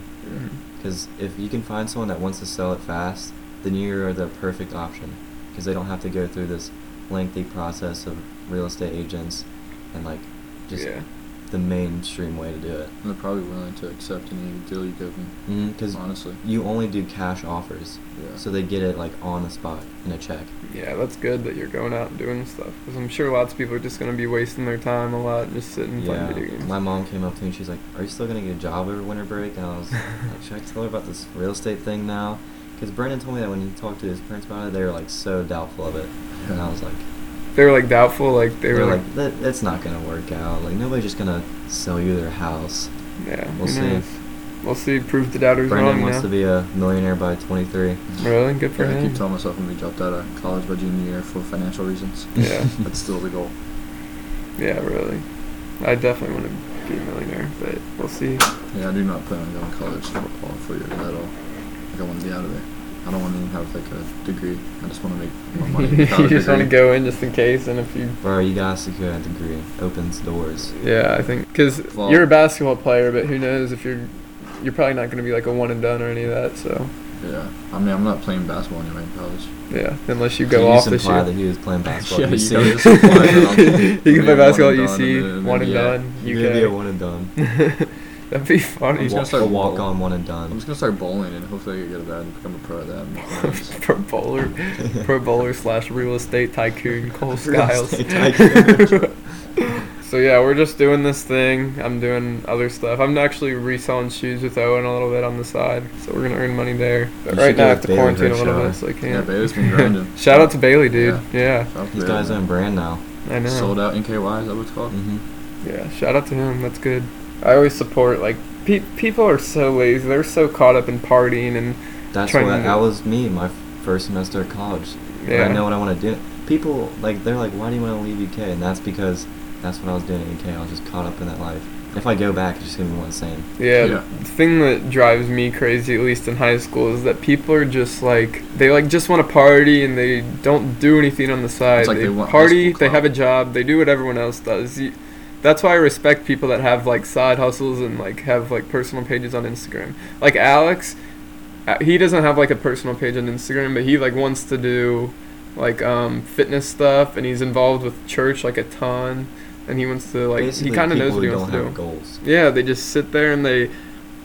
C: Because if you can find someone that wants to sell it fast, then you're the perfect option. Because they don't have to go through this lengthy process of real estate agents and like just
A: yeah,
C: the mainstream way to do it.
B: And they're probably willing to accept any deal you give them.
C: Because
B: honestly,
C: you only do cash offers,
B: yeah.
C: so they get it like on the spot in a check.
A: yeah, that's good that you're going out and doing stuff. Because I'm sure lots of people are just gonna be wasting their time a lot, just sitting and
C: Yeah,
A: playing video games.
C: my mom came up to me. She's like, "Are you still gonna get a job over winter break?" And I was like, "Should I tell her about this real estate thing now?" Because Brandon told me that when he talked to his parents about it, they were like so doubtful of it, and I was like,
A: they were like doubtful. Like they
C: "They
A: were
C: were
A: like,
C: like, that, that's not gonna work out. Like nobody's just gonna sell you their house."
A: yeah, who
C: We'll see.
A: knows? We'll see. Prove the doubters
C: Brandon
A: wrong
C: wants
A: now.
C: to be a millionaire by 23.
A: really good for
B: Yeah, I
A: him.
B: keep telling myself I'm gonna drop out of college by junior year for financial reasons.
A: Yeah.
B: That's still the goal.
A: yeah, really. I definitely want to be a millionaire, but we'll see.
B: Yeah, I do not plan on going to college for all four years at all. Like I want to be out of there. I don't want to even have like a degree. I just want to make more money.
A: you
B: without a
A: just want to
B: degree.
A: go in just in case, and if you
C: Bro, you gotta secure that degree. Opens doors.
A: Yeah, I think because
B: Well-
A: you're a basketball player, but who knows if you're you're probably not going to be like a one and done or any of that. So
B: Yeah, I mean I'm not playing basketball anyway in college.
A: yeah, unless you go
C: you
A: off
C: just
A: the
C: imply
A: shoe.
C: that he was playing basketball.
B: Yeah,
C: at
B: you
C: UC.
B: gotta
A: you
B: just imply that I'm-
A: can play
B: I'm
A: basketball at
B: gonna be
A: UC,
B: a one and done and
A: one and
C: then-
A: done.
C: You're gonna be a
A: UK.
C: one and done.
A: That'd be funny.
B: I'm just gonna
C: Walk,
B: start
C: a walk
B: bowling.
C: on one and
B: I'm
C: done.
B: just gonna start bowling and hopefully I get good at that and become a pro at that. and make millions.
A: pro bowler, pro bowler slash real estate tycoon Cole
C: Real
A: Skiles.
C: estate tycoon.
A: so yeah, we're just doing this thing. I'm doing other stuff. I'm actually reselling shoes with Owen a little bit on the side, so we're gonna earn money there. But
C: You
A: right
C: should do
A: now I
C: a
A: have to
C: Bailey
A: quarantine a
C: Hurd
A: little
C: shower.
A: bit, so I can't.
B: Yeah, Bailey's been grinding.
A: Shout out to Bailey, dude. Yeah,
B: Shout out to
C: He's got his
B: Bailey.
C: own brand now.
A: I know.
B: Sold out NKY, is that what it's called?
C: hmm
A: Yeah, shout out to him. That's good. I always support like pe- people are so lazy. They're so caught up in partying and
C: That's
A: Trying
C: what
A: to-
C: that was me. My f- first semester of college.
A: Yeah.
C: But I know what I want to do. People like they're like, why do you want to leave UK? And that's because that's what I was doing in UK. I was just caught up in that life. If I go back, it's just gonna be more the same.
A: Yeah,
B: Yeah.
A: the thing that drives me crazy, at least in high school, is that people are just like they like just want to party and they don't do anything on the side.
B: like
A: they
B: they want high
A: party,
B: school
A: they have a
B: clout.
A: job, they do what everyone else does. You, that's why I respect people that have like side hustles and like have like personal pages on Instagram. Like Alex, uh, he doesn't have like a personal page on Instagram, but he like wants to do like um fitness stuff and he's involved with church like a ton and he wants to like
C: Basically,
A: he kind of knows
C: people
A: what he
C: who
A: wants to
C: don't
A: do.
C: have goals.
A: Yeah, they just sit there and they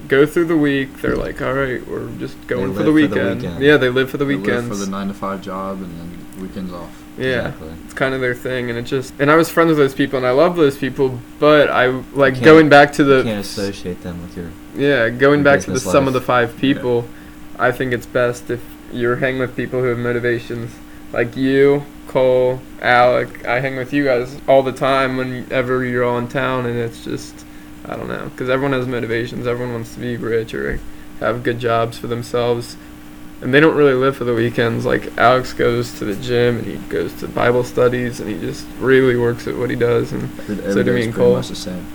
A: go through the week. They're like, all right, we're just going for,
C: live
A: the,
C: for the
A: weekend.
C: weekend.
A: Yeah, they live for the
B: They live
A: weekends.
B: for the nine to five job and then weekends off.
A: yeah,
C: Exactly.
A: it's kind of their thing, and it just. And I was friends with those people, and I love those people, but I like
C: can't-
A: going back to
C: you
A: the
C: can't associate them with your.
A: yeah, going
C: Your
A: back to the
C: business
A: sum of the
C: life.
A: five
B: Yeah.
A: people, I think it's best if you're hanging with people who have motivations. Like you, Cole, Alec, I hang with you guys all the time whenever you're all in town, and it's just, I don't know, because everyone has motivations. Everyone wants to be rich or have good jobs for themselves, and they don't really live for the weekends. Like Alex goes to the gym and he goes to Bible studies and he just really works at what he does, and
B: Every
A: do
B: day's
A: me
B: pretty
A: and Cole.
B: much the same.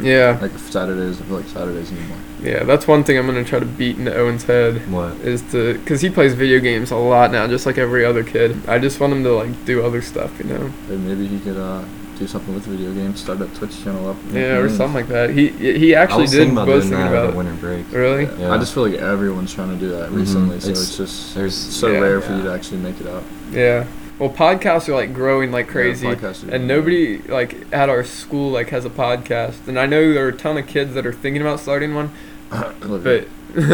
A: yeah,
B: Like Saturdays, I feel like Saturdays anymore.
A: yeah, that's one thing I'm gonna try to beat into Owen's head.
C: What?
A: is to because he plays video games a lot now just like every other kid i just want him to like do other stuff you know
B: Or maybe he could uh, do something with video games, start a Twitch channel up. Mm-hmm.
A: yeah or
C: Mhm.
A: something like that he he
C: I
A: actually
C: was
A: did
C: thinking about
A: was
C: doing
A: thinking
C: that
A: about
C: over
A: it
C: winter break.
A: really
B: Yeah. I just feel like everyone's trying to do that
C: Mhm.
B: recently, so
C: It's-
B: Mm-hmm. it's, just
C: There's
B: so
A: Yeah.
B: rare for
C: Yeah.
B: you to actually make it up.
A: yeah well podcasts are like growing like
B: Yeah,
A: crazy
B: podcasts are-
A: and nobody like at our school like has a podcast and i know there are a ton of kids that are thinking about starting one
C: Mm-hmm.
A: but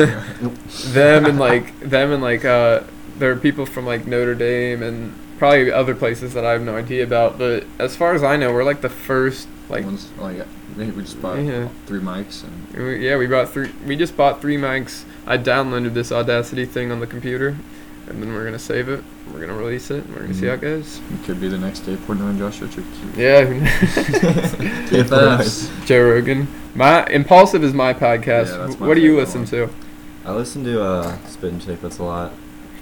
A: them and like them and like uh there are people from like Notre Dame and probably other places that I have no idea about but as far as I know we're like the first like
B: One's, like maybe we just bought
A: Yeah.
B: three mics and
A: We- Yeah, we bought three. We just bought three mics. I downloaded this Audacity thing on the computer, and then we're gonna save it. We're gonna release it. And we're gonna see how it goes.
B: it could be the next day Portnoy and Josh Richard.
A: Yeah, who knows?
B: TFFs.
A: Joe Rogan. My impulsive is my podcast.
B: Yeah, that's
A: Wh-
B: my
A: what do you
B: favorite
A: listen
B: one.
A: to?
C: I listen to uh, Spit and Chicklets a lot.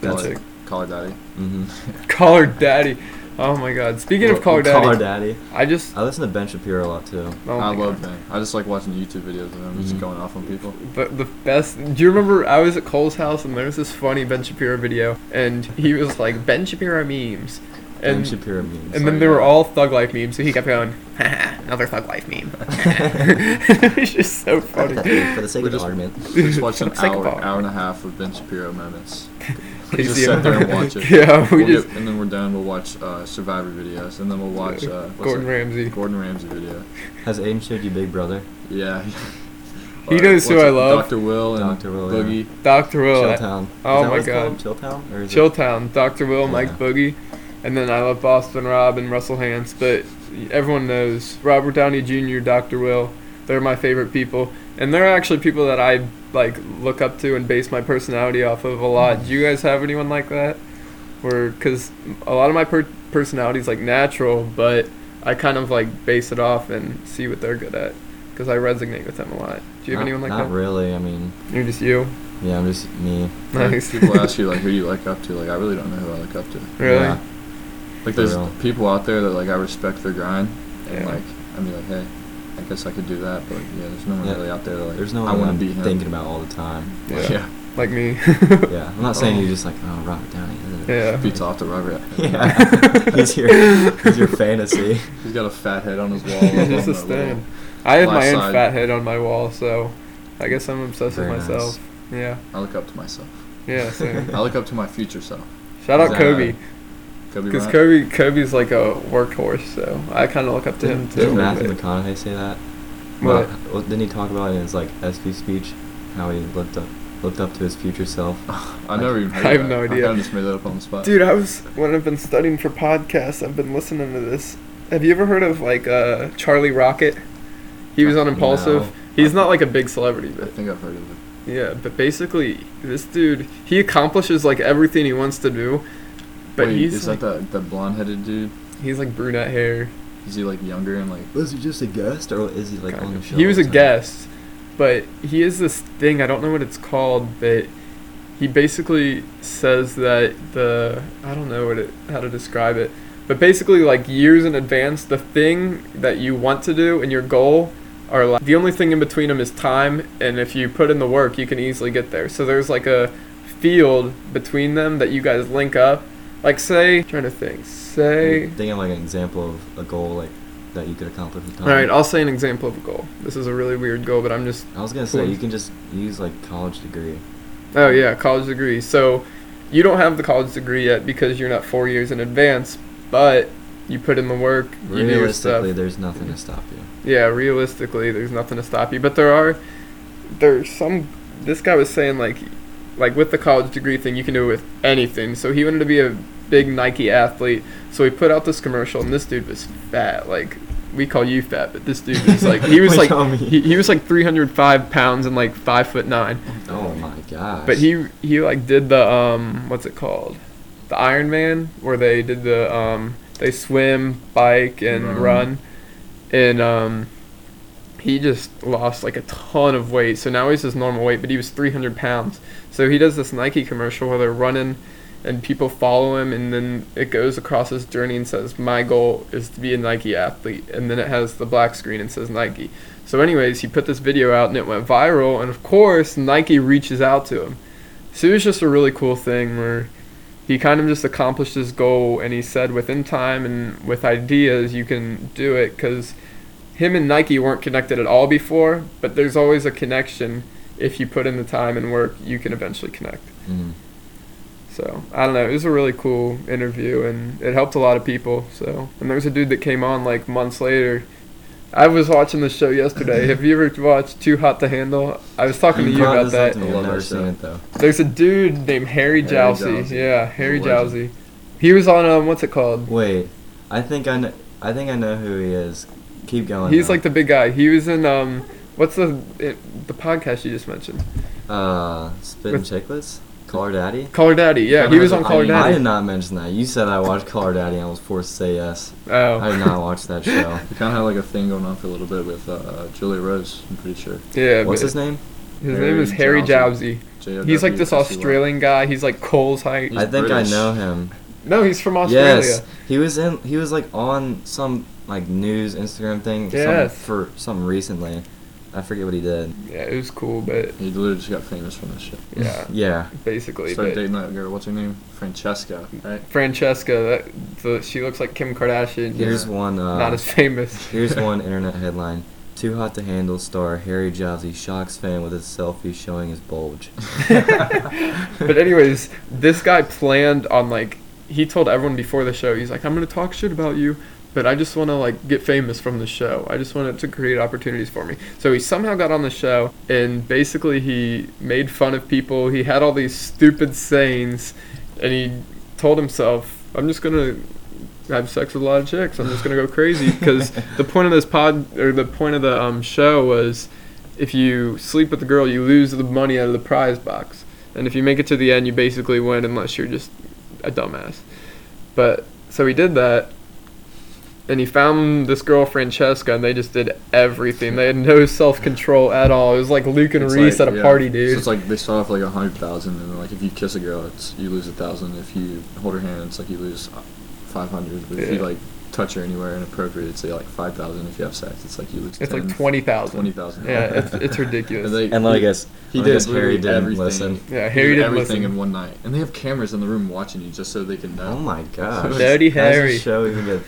A: That's
B: Like, Call it daddy.
C: Mm-hmm.
A: Caller Daddy. Oh my God. Speaking of Caller Daddy,
C: Call her daddy.
A: I just.
C: I listen to Ben Shapiro a lot too.
A: Oh
B: I
A: my
B: love
A: God.
B: Ben. I just like watching YouTube videos of him just
C: Mhm.
B: going off on people.
A: But the best. Do you remember I was at Cole's house and there was this funny Ben Shapiro video, and he was like Ben Shapiro memes,
C: ben
A: and
C: Shapiro memes.
A: And then they were all Thug Life memes, so he kept going, another Thug Life meme. it's just so funny.
C: for the sake
B: We're
C: of the
B: just-
C: argument.
B: Just watch an
A: It's like a
B: hour,
A: ball.
B: hour and a half of Ben Shapiro moments. We just
A: Casey
B: sit there and
A: Affleck.
B: watch it.
A: Yeah, we
B: We'll
A: just
B: get- and then we're done. We'll watch uh, Survivor videos, and then we'll watch uh, what's
A: Gordon
B: that?
A: Ramsay.
B: Gordon Ramsay video.
C: Has Aiden showed you Big Brother?
B: Yeah.
A: He
B: Uh,
A: knows who
B: what's
A: I
B: it?
A: love.
B: Dr. Will and
C: Dr. Will, yeah.
B: Boogie.
A: Dr. Will, uh,
C: Chilltown. Is
A: Oh
C: that
A: my
C: what it's
A: God.
C: called? Chilltown? Or is it-
A: Chilltown, Dr. Will, Mike
C: Yeah.
A: Boogie, and then I love Boston Rob and Russell Hance, but everyone knows Robert Downey Jr., Dr. Will. They're my favorite people, and they're actually people that I like look up to and base my personality off of a
C: Hmm.
A: lot. Do you guys have anyone like that? Where, cause a lot of my per- personality is like natural, but I kind of like base it off and see what they're good at, cause I resonate with them a lot. Do you have
C: Not-
A: anyone like
C: Not
A: that?
C: really. I mean,
A: You're just you.
C: yeah, I'm just me.
B: Like,
A: Nice.
B: people ask you like, who do you like up to? Like, I really don't know who I look up to.
A: really?
C: Yeah.
B: Like, there's
C: For real.
B: people out there that like I respect their grind, and
A: Yeah.
B: like I'm like, hey, I guess I could do that, but like, yeah, there's no one
C: Yeah.
B: really out there that like
C: There's no
B: I
C: one
B: want
C: I'm
B: to be him.
C: thinking about all the time.
A: Yeah.
B: yeah.
A: Like me.
C: Yeah. I'm not saying you're just like, oh, Robert Downey. ugh."
A: Yeah.
B: Beats off the Robert.
C: Yeah. he's, your, he's your fantasy.
B: He's got a fat head on his wall.
A: He's
B: up
A: just a
B: on that little-
A: stand. I have my
B: left
A: own
B: side.
A: fat head on my wall, so I guess I'm obsessed
C: Very
A: with
C: nice.
A: myself. Yeah,
B: I look up to myself.
A: yeah. Same.
B: I look up to my future self.
A: Shout out
C: Exactly.
A: Kobe,
B: Kobe
A: because
B: Bryant.
A: Kobe, Kobe's like a workhorse, so I kind of look up to him
C: Didn't,
A: too.
C: didn't Matthew
A: but-
C: McConaughey say that?
A: What?
C: Well, well, didn't he talk about it in his like SB speech? How he looked up looked up to his future self.
B: I never even heard
A: I have
B: of that.
A: no
B: I
A: idea.
B: kinda just made that up on the spot.
A: Dude, I was when I've been studying for podcasts, I've been listening to this. Have you ever heard of like uh, Charlie Rocket? He was on
C: No.
A: Impulsive. He's not like a big celebrity,
B: I
A: but
B: think I've heard of it.
A: yeah. But basically, this dude, he accomplishes like everything he wants to do, but
B: Wait,
A: he's
B: is
A: like,
B: that that the blonde headed dude?
A: he's like brunette hair.
B: Is he like younger and like
C: Was he just a guest, or is he like
A: Kind
C: on the
A: of.
C: show?
A: He
C: all
A: was
C: the
A: a
C: time?
A: guest, but he is this thing. I don't know what it's called, but he basically says that the I don't know what it how to describe it, but basically like years in advance, the thing that you want to do and your goal are like the only thing in between them is time, and if you put in the work, you can easily get there. So there's like a field between them that you guys link up. Like say, trying to think, say.
C: I'm thinking like an example of a goal like that you could accomplish with time.
A: All right, I'll say an example of a goal. This is a really weird goal, but I'm just
C: I was gonna say you can just use like college degree.
A: Oh yeah, college degree. So you don't have the college degree yet because you're not four years in advance, but you put in the work. You know your stuff.
C: Realistically, there's nothing to stop you.
A: Yeah, realistically, there's nothing to stop you. But there are, there's some. This guy was saying like, like with the college degree thing, you can do it with anything. So he wanted to be a big Nike athlete. So he put out this commercial, and this dude was fat. Like we call you fat, but this dude was like he was
C: We
A: like
C: call me-
A: he, he was like 305 pounds and like five foot nine.
C: Oh my gosh.
A: But he he like did the um what's it called? The Iron Man where they did the um they swim, bike and
B: Run.
A: run. And um he just lost like a ton of weight. So now he's his normal weight, but he was 300 pounds. So he does this Nike commercial where they're running and people follow him and then it goes across his journey and says my goal is to be a Nike athlete and then it has the black screen and says Nike. So anyways, he put this video out and it went viral and of course Nike reaches out to him. So it was just a really cool thing where he kind of just accomplished his goal and he said within time and with ideas you can do it cuz him and Nike weren't connected at all before, but there's always a connection if you put in the time and work, you can eventually connect.
C: Mhm.
A: So I don't know. It was a really cool interview, and it helped a lot of people. So and there was a dude that came on like months later. I was watching the show yesterday. Have you ever watched Too Hot to Handle? I was talking to
C: You
A: you
C: brought
A: about
C: this up
A: that.
C: to me,
B: I
C: I've
B: love
C: never
B: that show.
C: seen it though.
A: There's a dude named Harry
B: Harry
A: Jowsey.
B: Jowsey.
A: Yeah, Harry
B: He's a legend.
A: Jowsey. He was on um, what's it called?
C: Wait, I think I know. I think I know who he is. Keep going.
A: He's
C: though.
A: like the big guy. He was in um, what's the it, the podcast you just mentioned?
C: uh, spit and chicklets. Call her daddy.
A: Caller Daddy. Yeah,
B: Kinda
A: he was
B: has
A: on
B: a-
A: Caller
B: I-
C: I did
A: Daddy.
C: not mention that. You said I watched Call Her Daddy. and I was forced to say yes.
A: Oh,
C: I did not watch that show.
B: He kind of had like a thing going on for a little bit with uh, uh, Julia Rose. I'm pretty sure.
A: yeah.
C: What's
A: but-
C: his name?
A: His
B: Harry
A: name is Harry
B: Jowsey.
A: Jowsey.
B: J-O-W-S-E-Y.
A: He's like this Australian guy. He's like Cole's height.
B: He's
C: I think
B: British.
C: I know him.
A: No, he's from Australia.
C: Yes, he was in. He was like on some like news Instagram thing.
A: Yes.
C: Some, for something recently, I forget what he did.
A: Yeah, it was cool, but
B: He literally just got famous from this shit.
A: yeah,
C: Yeah.
A: basically.
B: Started
A: But
B: dating that girl. What's her name? Francesca, right?
A: Francesca, that, the, she looks like Kim Kardashian.
C: Here's
A: just
C: one. Uh,
A: not as famous.
C: Here's one internet headline. Too hot to handle star Harry Jowsey shocks fan with his selfie showing his bulge.
A: but anyways, this guy planned on like he told everyone before the show. He's like, I'm gonna talk shit about you, but I just want to like get famous from the show. I just want it to create opportunities for me. So he somehow got on the show and basically he made fun of people. He had all these stupid sayings, and he told himself, I'm just gonna have sex with a lot of chicks. I'm just gonna go crazy because the point of this pod or the point of the um, show was if you sleep with the girl, you lose the money out of the prize box, and if you make it to the end, you basically win unless you're just a dumbass. But so he did that, and he found this girl Francesca, and they just did everything. They had no self control at all. It was like Luke and
B: It's
A: Reese
B: like-
A: at a
B: yeah.
A: party,
B: So
A: dude.
B: it's like they start off like a hundred thousand, and then like if you kiss a girl, it's you lose a thousand. If you hold her hand, it's like you lose five hundred. But if you
A: Yeah.
B: like touch her anywhere inappropriate, it's like five thousand. If you have sex, it's like you lose.
A: it's
B: 10,
A: like twenty
B: Twenty
A: thousand.
B: thousand.
A: Yeah, it's it's ridiculous.
C: And then I guess
B: he
C: I
B: did
C: guess Harry
B: literally
C: didn't
B: everything.
C: listen.
A: Yeah,
B: He
A: Harry
B: did
A: didn't
B: everything
A: listen.
B: in one night, and they have cameras in the room watching you just so they can know.
C: Oh my gosh.
A: Dirty
C: How does this
A: Harry.
C: show even get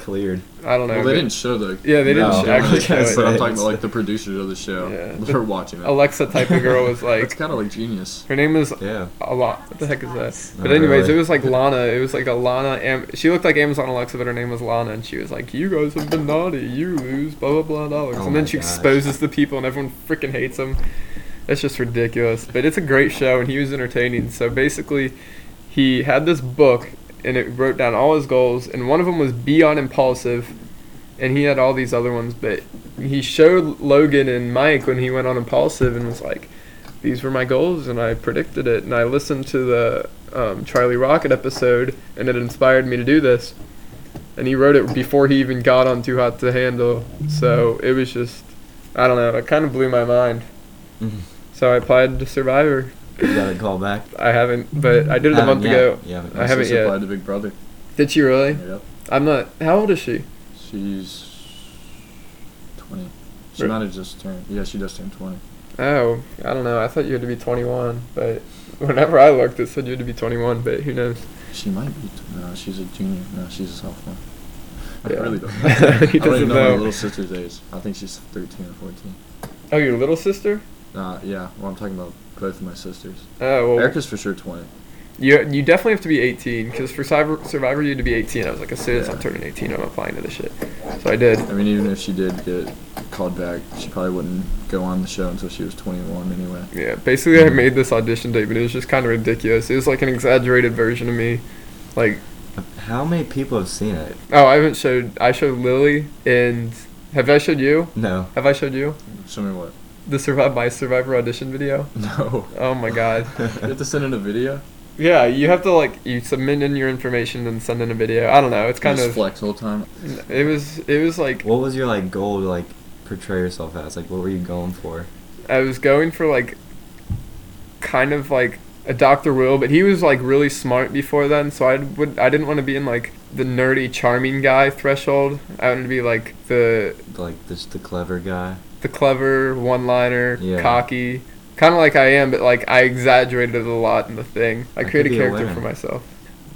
C: cleared.
A: I don't know.
B: Well,
A: but-
B: they didn't show the.
A: Yeah, they
C: didn't No. actually show it.
B: But I'm talking about like the producers of the show.
A: Yeah.
B: They're watching it.
A: Alexa type of girl was like-
B: it's kind of like genius.
A: Her name was
C: Yeah.
A: Alana. What the heck is that?
C: Not
A: But anyways,
C: really.
A: it was like Lana. It was like Alana. Am- she looked like Amazon Alexa, but her name was Lana, and she was like, "You guys have been naughty. You lose blah blah blah dollars."
C: Oh
A: and then
C: my
A: she
C: gosh.
A: exposes the people, and everyone freaking hates him. It's just ridiculous. But it's a great show, and he was entertaining. So basically, he had this book, and it wrote down all his goals, and one of them was be on impulsive, and he had all these other ones, but he showed Logan and Mike when he went on impulsive and was like, "These were my goals, and I predicted it." And I listened to the um, Charlie Rocket episode, and it inspired me to do this. And he wrote it before he even got on Too Hot to Handle, so it was just, I don't know, it kind of blew my mind.
C: Mhm.
A: So I applied to Survivor,
C: You got a call back?
A: I haven't, but I did it a
C: Haven't
A: month
C: yet.
A: ago.
C: Um, Yeah, but-
A: I haven't
B: She
A: yet.
B: applied to Big Brother.
A: Did she really?
B: Yep.
A: I'm not. How old is she?
B: She's 20. She
A: Re-
B: might have just turned. Yeah, she just turned 20.
A: Oh, I don't know. I thought you had to be 21, but whenever I looked, it said you had to be 21. But who knows?
B: She might be. T- no, she's a junior. No, she's a sophomore.
A: Yeah.
B: I really don't
A: He
B: know. I don't
A: doesn't
B: even know,
A: know.
B: my little sister's age. I think she's 13 or 14.
A: Oh, your little sister?
B: Uh, yeah, well, I'm talking about both of my sisters.
A: Oh, well,
B: Erica's for sure 20.
A: you, you definitely have to be 18 because for Survivor, Survivor you had to be 18. I was like, as soon as I'm
B: Yeah.
A: turning 18, I'm applying to this shit. So I did.
B: I mean, even if she did get called back, she probably wouldn't go on the show until she was 21 anyway.
A: Yeah, basically I made this audition tape, and it was just kind of ridiculous. It was like an exaggerated version of me. Like,
C: How many people have seen it?
A: oh, I haven't showed. I showed Lily, and have I showed you?
C: No.
A: Have I showed you
B: Show me what?
A: the survive my Survivor audition video?
B: No.
A: Oh my god.
B: you have to send in a video?
A: Yeah, you have to like you submit in your information and send in a video. I don't know. It's
B: You
A: kind
B: just
A: of
B: flex the whole time.
A: it was it was like
C: What was your like goal to like portray yourself as? Like, what were you going for?
A: I was going for like kind of like a Dr. Will, but he was like really smart before then, so I would I didn't want to be in like the nerdy charming guy threshold. I wanted to be like the
C: Like, just the clever guy.
A: the clever one-liner,
C: Yeah.
A: cocky, kind of like I am, but like I exaggerated it a lot in the thing. I
C: That
A: created
C: could
A: a
C: be a
A: character
C: winner.
A: for myself.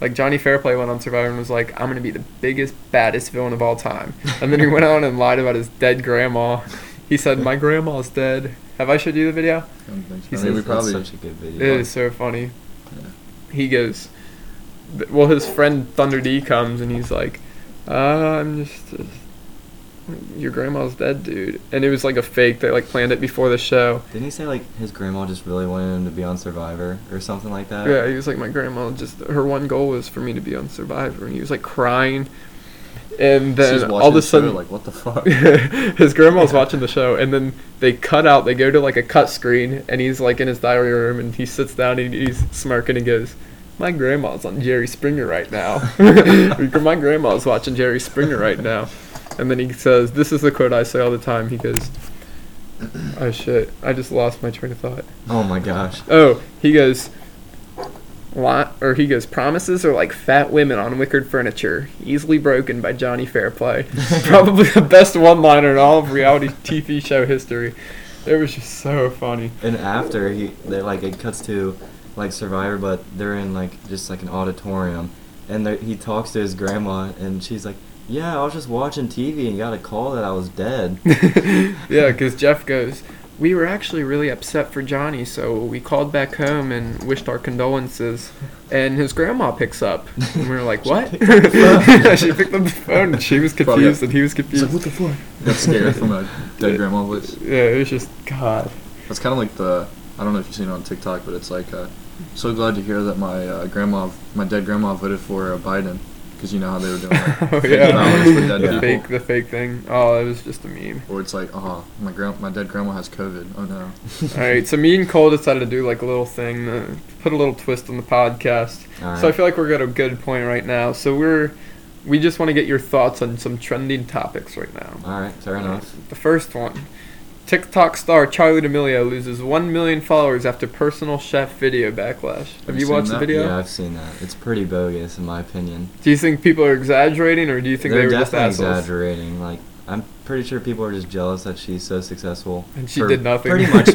A: Like Johnny Fairplay went on Survivor and was like, "I'm gonna be the biggest, baddest villain of all time," and then he went on and lied about his dead grandma. He said, "My grandma's dead." Have I showed you the video?
B: I don't think so.
A: He
B: I
A: says
B: mean, we
C: that's
B: probably.
C: such a good
A: It
C: video.
A: is so funny.
B: Yeah.
A: He goes, th- well, his friend Thunder D comes and he's like, uh, I'm just, uh, your grandma's dead, dude. And it was like a fake. They like planned it before the show.
C: Didn't he say like his grandma just really wanted him to be on Survivor or something like
B: Uh.
C: that?
A: Yeah, he was like, my grandma just, her one goal was for me to be on Survivor. And he was like crying. And
B: she's
A: then
B: watching
A: all of
B: the
A: a
B: show,
A: sudden,
B: like, what the fuck?
A: his grandma's watching the show, and then they cut out. They go to like a cut screen, and he's like in his diary room, and he sits down and he's smirking and goes, "My grandma's on Jerry Springer right now. My grandma's watching Jerry Springer right now." And then he says, "This is the quote I say all the time." He goes, "Oh shit, I just lost my train of thought."
C: Oh my gosh.
A: Oh, he goes. Lot, or he goes, promises are like fat women on wicker furniture, easily broken by Johnny Fairplay. Probably the best one-liner in all of reality TV show history. It was just so funny.
C: And after he, they like it cuts to like Survivor, but they're in like just like an auditorium, and they're- he talks to his grandma, and she's like, "Yeah, I was just watching TV and got a call that I was dead."
A: Yeah, because Jeff goes, we were actually really upset for Johnny, so we called back home and wished our condolences. And his grandma picks up, and we were like, "What?" she picked up the phone, and she was
B: Probably-
A: confused, and he was
B: She's like,
A: confused.
B: what the fuck? Got scared from a dead grandma voice.
A: Yeah, it was just God.
B: That's kind of like the I don't know if you've seen it on TikTok, but it's like uh, so glad to hear that my uh, grandma, my dead grandma, voted for uh, Biden because you know how they were doing like,
A: oh
B: fake
A: yeah,
B: ballots for dead
A: the
B: people.
A: fake the fake thing. Oh, it was just a meme.
B: Or it's like, oh, my grand, my dead grandma has COVID. Oh no.
A: All right, so me and Cole decided to do like a little thing, uh, put a little twist on the podcast.
C: All right.
A: So I feel like we're at a good point right now. So we're we just want to get your thoughts on some trending topics right now.
C: All right. Uh, Fair enough.
A: The first one. TikTok star Charlie D'Amelio loses 1 million followers after personal chef video backlash. Have,
B: Have you
A: you
B: seen
A: watched the
B: that?
A: video?
C: Yeah, I've seen that. It's pretty bogus in my opinion.
A: Do you think people are exaggerating or do you think
C: they're
A: they were just
C: definitely
A: assholes?
C: exaggerating. Like, I'm pretty sure people are just jealous that she's so successful.
A: And she
C: for
A: did nothing.
C: Pretty much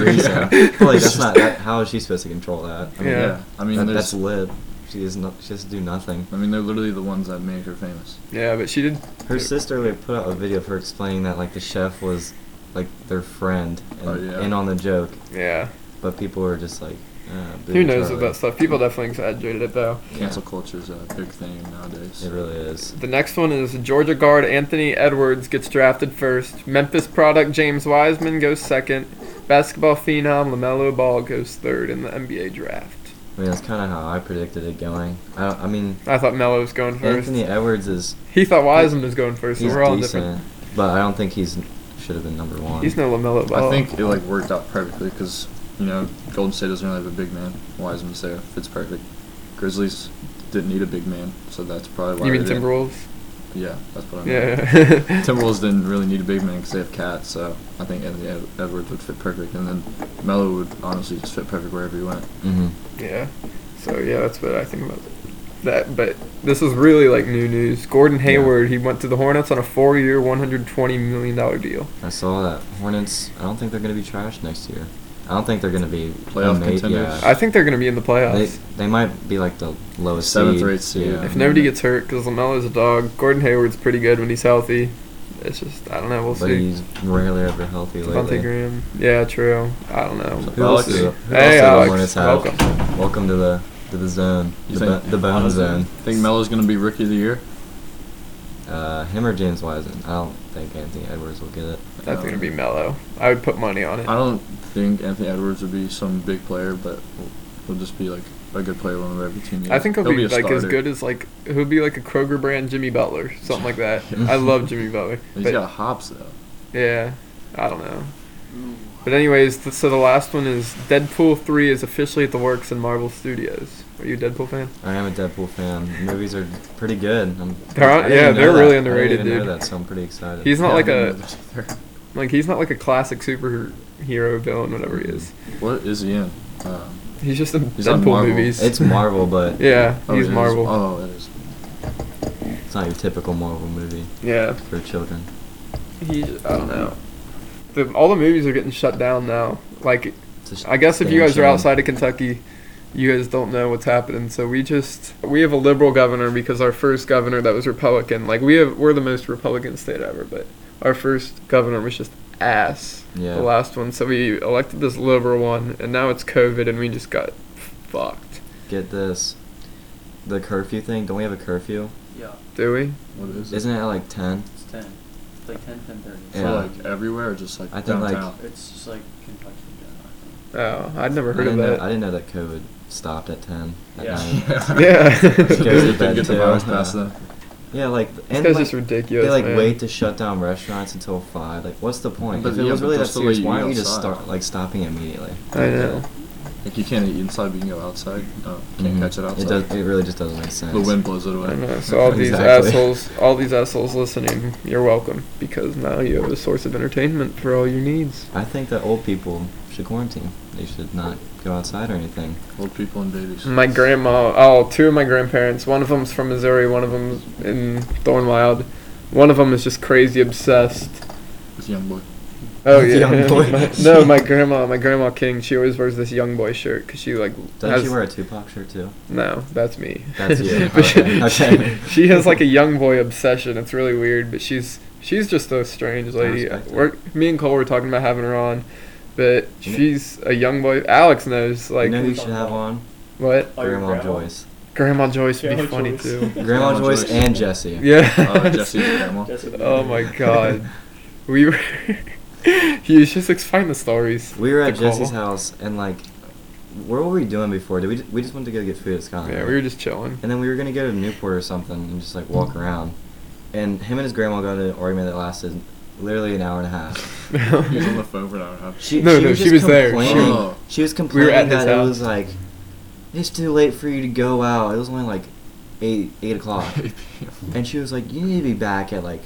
C: reason.
B: Yeah.
C: Like, that's not. That, how is she supposed to control that? I mean,
A: Yeah.
B: I mean,
C: that-
B: there's.
C: that's lit. She is not. She has to do nothing.
B: I mean, they're literally the ones that made her famous.
A: Yeah, but she did
C: Her sister like, put out a video of her explaining that like the chef was like their friend and
B: Oh, yeah.
C: in on the joke,
A: Yeah.
C: but people were just like, uh, boo
A: Who knows
C: Charlie.
A: about stuff? People definitely exaggerated it though.
C: Yeah.
B: Cancel culture's a big thing nowadays.
C: It really is.
A: The next one is Georgia guard Anthony Edwards gets drafted first. Memphis product James Wiseman goes second. Basketball phenom LaMelo Ball goes third in the NBA draft.
C: I mean, that's kind of how I predicted it going. I, don't- I mean,
A: I thought Melo was going first.
C: Anthony Edwards is
A: he thought Wiseman was going first, so
C: he's
A: we're all
C: decent, but I don't think he's should have been number
A: different.
C: one.
A: He's no LaMelo Ball.
B: I think it like worked out perfectly because you know Golden State doesn't really have a big man. Wiseman's there, fits perfect. Grizzlies didn't need a big man, so that's probably why.
A: You
B: they
A: mean
B: didn't.
A: Timberwolves?
B: Yeah, that's what I meant.
A: Yeah.
B: Timberwolves didn't really need a big man because they have Cat, so I think Anthony Ed- Edwards would fit perfect, and then Melo would honestly just fit perfect wherever he went.
C: Mm-hmm.
A: Yeah. So yeah, that's what I think about that. But this is really like new news. Gordon
B: Yeah.
A: Hayward, he went to the Hornets on a four-year, one hundred twenty million dollar deal.
C: I saw that Hornets. I don't think they're going to be trash next year. I don't think they're going to be
B: Playoff
C: ama-
B: contenders?
A: I think they're gonna be in the
C: They,
A: playoffs
C: they might be like the lowest
B: Seventh
C: seed.
B: or eighth seed.
C: Yeah.
A: if nobody gets hurt, because Lamelo's a dog. Gordon Hayward's pretty good when he's healthy. It's just I don't know. We'll
C: but
A: see.
C: he's rarely ever healthy
A: Devontae
C: lately.
A: Graham. Yeah, true. I don't know.
C: Who
A: We'll
B: Alex.
C: else
A: see.
C: is up? Who
A: Hey,
C: else do the
A: Alex.
C: Hornets have?
A: Welcome.
C: Welcome to the to the zone,
B: You
C: the,
B: think
C: bo- the bone zone.
B: Think Melo's gonna be rookie of the year?
C: Uh, him or James Wiseman? I don't think Anthony Edwards will get it.
A: That's
B: Um,
A: gonna be Melo. I would put money on it.
B: I don't think Anthony Edwards would be some big player, but he'll just be like a good player on every team. he
A: I
B: is.
A: think he'll, be,
B: a
A: like as
B: starter.
A: good as like he'll be like a Kroger brand Jimmy Butler, something like that.
B: Yeah.
A: I love Jimmy Butler.
B: He's
A: but-
B: got hops though.
A: Yeah, I don't know. But anyways, th- so the last one is Deadpool three is officially at the works in Marvel Studios. Are you a Deadpool fan?
C: I am a Deadpool fan. The movies are pretty good. I'm,
A: They're
C: I
A: on-
C: didn't
A: yeah,
C: even know
A: they're
C: that.
A: really
C: I didn't
A: underrated,
C: even know
A: dude.
C: that, so I'm pretty excited.
A: He's not
B: Yeah,
A: like
B: I didn't
A: a-
B: know this either.
A: Like he's not like a classic superhero villain, whatever he is.
B: What is he in? Um,
A: He's just in
B: He's on
A: Deadpool
B: Marvel.
A: movies.
C: It's Marvel, but
A: yeah,
B: oh,
A: he's
B: it is-
A: Marvel.
B: Oh, that is.
C: it's not your typical Marvel movie
A: Yeah,
C: for children.
A: he. I don't know. The, all the movies are getting shut down now. Like
C: It's a sh-
A: I guess if you
C: damn
A: guys are
C: shame.
A: outside of Kentucky, you guys don't know what's happening. So we just we have a liberal governor because our first governor that was Republican. Like we have we're the most Republican state ever, but our first governor was just ass.
C: Yeah.
A: The last one. So we elected this liberal one and now it's COVID and we just got fucked.
C: get this, the curfew thing. Don't we have a curfew?
D: Yeah,
A: Do we?
B: What is it?
C: Isn't it at like ten?
D: it's ten. It's like ten, ten thirty.
B: For
C: Yeah.
B: like everywhere, or just like
C: I think, like-
B: downtown.
D: It's just like Kentucky in general. I
A: Oh, I'd never
C: I
A: heard of
C: didn't know,
A: that.
C: I didn't know that COVID stopped at ten. At
D: Yeah.
C: Night.
A: Yeah.
B: So
A: Goes to
B: you
C: bed
B: can get the
C: too,
B: virus
C: huh?
B: past them.
C: Yeah, like
A: This
C: and
A: guy's
C: like,
A: just ridiculous.
C: They like
A: man.
C: wait to shut down restaurants until five. Like, what's the point?
B: But
C: if it
B: yeah,
C: was
B: but
C: really that
B: that's the way
C: serious,
B: you
C: why
B: eat
C: aren't we just
B: outside.
C: start like stopping immediately?
A: I know.
B: Like you can't eat inside, but you can go outside. No, can't
C: Mhm.
B: catch it outside.
C: It, does, it really just doesn't make sense.
B: the wind blows it
A: I
B: away.
A: know. So all these
C: Exactly.
A: assholes, all these assholes listening, you're welcome because now you have a source of entertainment for all your needs.
C: I think that old people should quarantine. They should not go outside or anything.
B: Old people and babies.
A: My grandma, oh, two of my grandparents. One of them's from Missouri. One of them's in Thornwild. One of them is just crazy obsessed.
B: This young boy.
A: Oh yeah.
C: Young boy.
A: My- no, my grandma, my grandma King. She always wears this young boy shirt because she like.
C: Doesn't
A: has-
C: she wear a Tupac shirt too?
A: No, that's me.
C: That's you.
A: But she-
C: Okay, okay.
A: She, she has like a young boy obsession. It's really weird, but she's she's just a strange
C: I
A: lady.
C: respect that.
A: We're, me and Cole were talking about having her on, but
C: You know-
A: she's a young boy. Alex knows like
C: you know who you should have on?
A: what
D: Oh, your
C: Grandma,
D: grandma?
C: Joyce.
A: Grandma Joyce would be
D: Grandma
A: funny
D: Joyce.
A: too.
C: Grandma,
B: Grandma
C: Joyce
B: Joyce.
C: and Jesse.
A: yeah.
B: Oh, Jesse's grandma.
D: think. Jesse would be
A: oh
D: good.
A: my god, we were. he was just explaining the stories.
C: We were at
A: to Cole.
C: Jesse's house and like, what were we doing before? Did we ju- we just went to go get food at Skyline?
A: Yeah,
C: right?
A: we were just chilling.
C: And then we were gonna go to Newport or something and just like walk around. And him and his grandma got into an argument that lasted literally an hour and a half.
B: He was on the phone for an hour and a half.
C: She,
A: No, no, she
C: just
A: was there. She-
C: complaining-
B: Oh.
C: She was
A: We were
C: complaining
A: at his
C: that
A: house.
C: it was like it's too late for you to go out. It was only like eight eight o'clock, and she was like, "You need to be back at like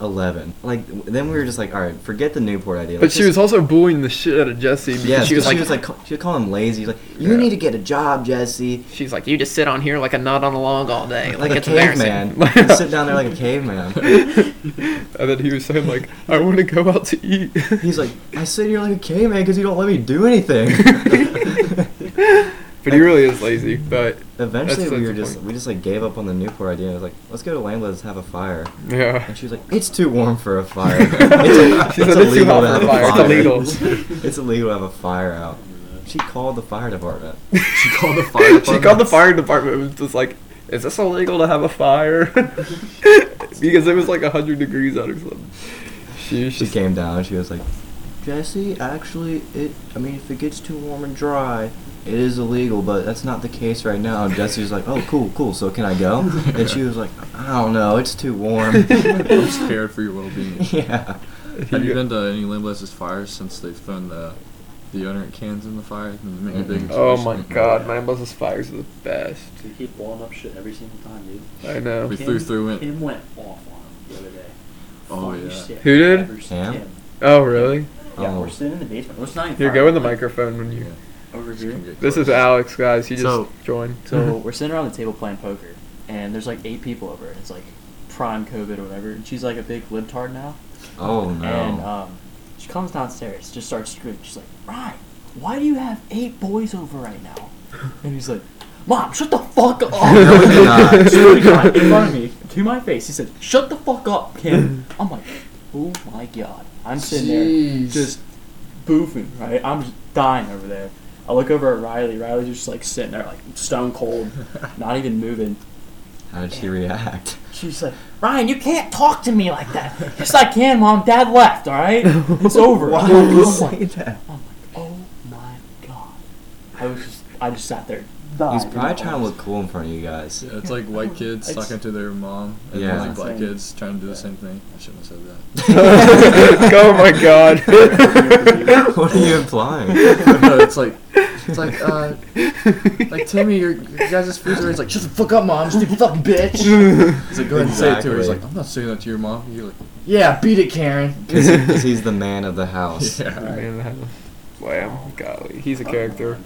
C: eleven. Like w- then we were just like, "All right, forget the Newport idea."
A: But she was also bullying the shit out of Jesse because
C: yeah.
A: she was like,
C: ca- she was calling him lazy. Like you
A: Yeah.
C: need to get a job, Jesse.
A: She's like, you just sit on here like a nut on a log all day.
C: Like a
A: it's embarrassing."
C: caveman. You sit down there like a caveman.
A: and then he was saying like, I want to go out to eat.
C: He's like, I sit here like a caveman because you don't let me do anything.
A: but he really is lazy. But
C: Eventually,
A: That's-
C: we
A: that's
C: were
A: the
C: just
A: point.
C: we just like gave up on the Newport idea. I was like, let's go to Lamblet's have a fire.
A: yeah,
C: And she was like, "It's too warm for a fire. It's,
A: She said, "It's too hot for a fire. It's
C: It's, illegal to have a fire out." She called the fire department.
B: She called the fire
A: she called the
B: department?
A: fire department. and was just like, is this illegal to have a fire? because it was like hundred degrees out or something. She was
C: She
A: just
C: came down and she was like, "Jesse, actually, it. I mean, if it gets too warm and dry, it is illegal, but that's not the case right now." And Jesse was like, "Oh, cool, cool. So can I go?" And she was like, "I don't know. It's too warm."
B: I'm scared for your well-being.
C: yeah.
B: Have you been to any Limbless's fires since they've thrown the deodorant cans in the fire and then make a big
C: Mhm.
A: Oh
B: explosion.
A: my god, man buzz's fires are the best.
D: They keep blowing up shit every single time, dude.
A: I know.
B: We flew through it.
D: Kim went off on him the other day.
B: Oh,
D: Fucking
B: yeah.
D: shit.
A: Who did?
D: Ever seen
C: Cam?
D: Kim.
A: Oh really?
D: Yeah,
C: Oh.
D: we're sitting in the basement. Well, it's not even
A: Here,
D: far
A: go in the
D: away.
A: microphone when you.
B: Yeah.
D: Over
B: Just
D: here.
B: come get
A: This is
B: close.
A: Alex, guys. He just
D: So-
A: joined.
D: So we're sitting around the table playing poker, and there's like eight people over, and it's like prime COVID or whatever. And she's like a big libtard now,
C: Oh no.
D: and um, she comes downstairs, just starts screaming. She's like, "Ryan, why do you have eight boys over right now?" And he's like, "Mom, shut the fuck up!"
C: No, he did not.
D: Swear to God, in front of me, to my face, he said, "Shut the fuck up, Kim." I'm like, "Oh my god!" I'm sitting there
B: Jeez.
D: just boofing, right? I'm just dying over there. I look over at Riley. Riley's just like sitting there, like stone cold, not even moving.
C: How did she react?
D: She's like, Ryan, you can't talk to me like that. yes, I can, Mom. Dad left, all right? It's over.
C: Why
D: I'm
C: would you
D: like,
C: say that?
D: I'm like, oh my God. I was just, I just sat there.
C: He's probably trying to look cool in front of you guys.
B: Yeah, it's like white kids
D: It's-
B: talking to their mom, and
C: Yeah.
B: then like black
D: Insane.
B: kids trying to do the same thing. I shouldn't have said that.
A: oh my god.
C: what are you implying?
B: no, it's like it's like uh like Timmy, your, your guys' food's already like shut the fuck up, mom, stupid fucking bitch. He's like, go ahead and say it to her. He's
C: Exactly.
B: like, I'm not saying that to your mom. You're like,
D: Yeah, beat it, Karen.
C: Because he's the man of the house.
B: yeah.
A: Wow, golly, he's a character.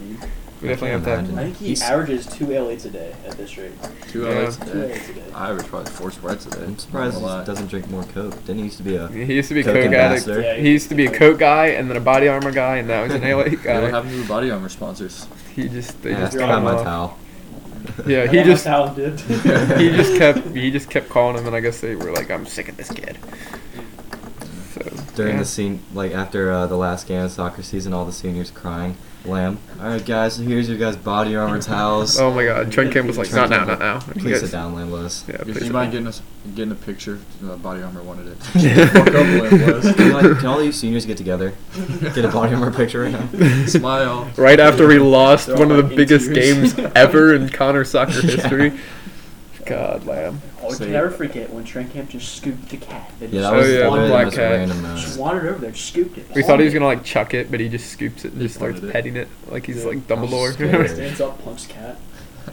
A: We definitely have to have
C: I
D: I think he
C: He's-
D: averages two L8s a day at this rate.
B: Two
A: Yeah.
B: hours
D: Two
B: today.
D: L8s a day.
B: I was probably four spreads today.
C: I'm surprised he
B: Not gonna
C: doesn't drink more coke. Didn't he used to be a
A: He used to be a
C: Coke
A: coke addict.
C: ambassador.
D: Yeah,
A: He used to be a coke guy and then a body armor guy, and now he's an LA
B: lie. Yeah, what
A: guy.
B: happened to the body armor sponsors?
A: He just they
C: yeah,
A: just
C: that's
A: cut
C: not
A: him
C: my
A: off.
C: towel.
A: Yeah,
D: I
A: he
D: got my
A: just
D: towel, dude.
A: he just kept he just kept calling him, and I guess they were like, "I'm sick of this kid." So
C: During
A: yeah.
C: the scene, like after uh, the last game of soccer season, all the seniors crying. Lamb. All right, guys. So here's your guys' body armor towels.
A: Oh my god, Trent Kim was like, "Not now, not now." And he
C: Please
A: goes-
C: sit down, Lamb Lewis.
A: Yeah,
B: If
A: please
B: you
A: sit
B: mind
A: down.
B: getting us getting a picture? The body armor wanted it. Fuck up, Lamb
C: Can, like, can all you seniors get together? Get a body armor picture right now.
B: West. Smile.
A: Right after we lost
D: They're
A: one
D: all
A: of the
D: like
A: biggest
D: interiors.
A: games ever in Connor soccer
C: Yeah.
A: history. God, lamb.
D: Oh, I'll
B: So-
D: never forget when Trent Camp just scooped the cat. They
C: Yeah,
D: just
C: that was
A: Oh, yeah, the the
C: literally
D: wandered-
A: black
C: most
A: cat.
C: random uh,
D: Just
C: moment.
D: wandered over there, scooped it.
A: We thought he was
D: Palmed
A: gonna like chuck it, but he just scoops it and just starts
B: wanted it.
A: petting it like he's
D: Yeah.
A: like
C: That was
D: it.
C: scary.
A: Dumbledore.
D: Stands up, pumps cat.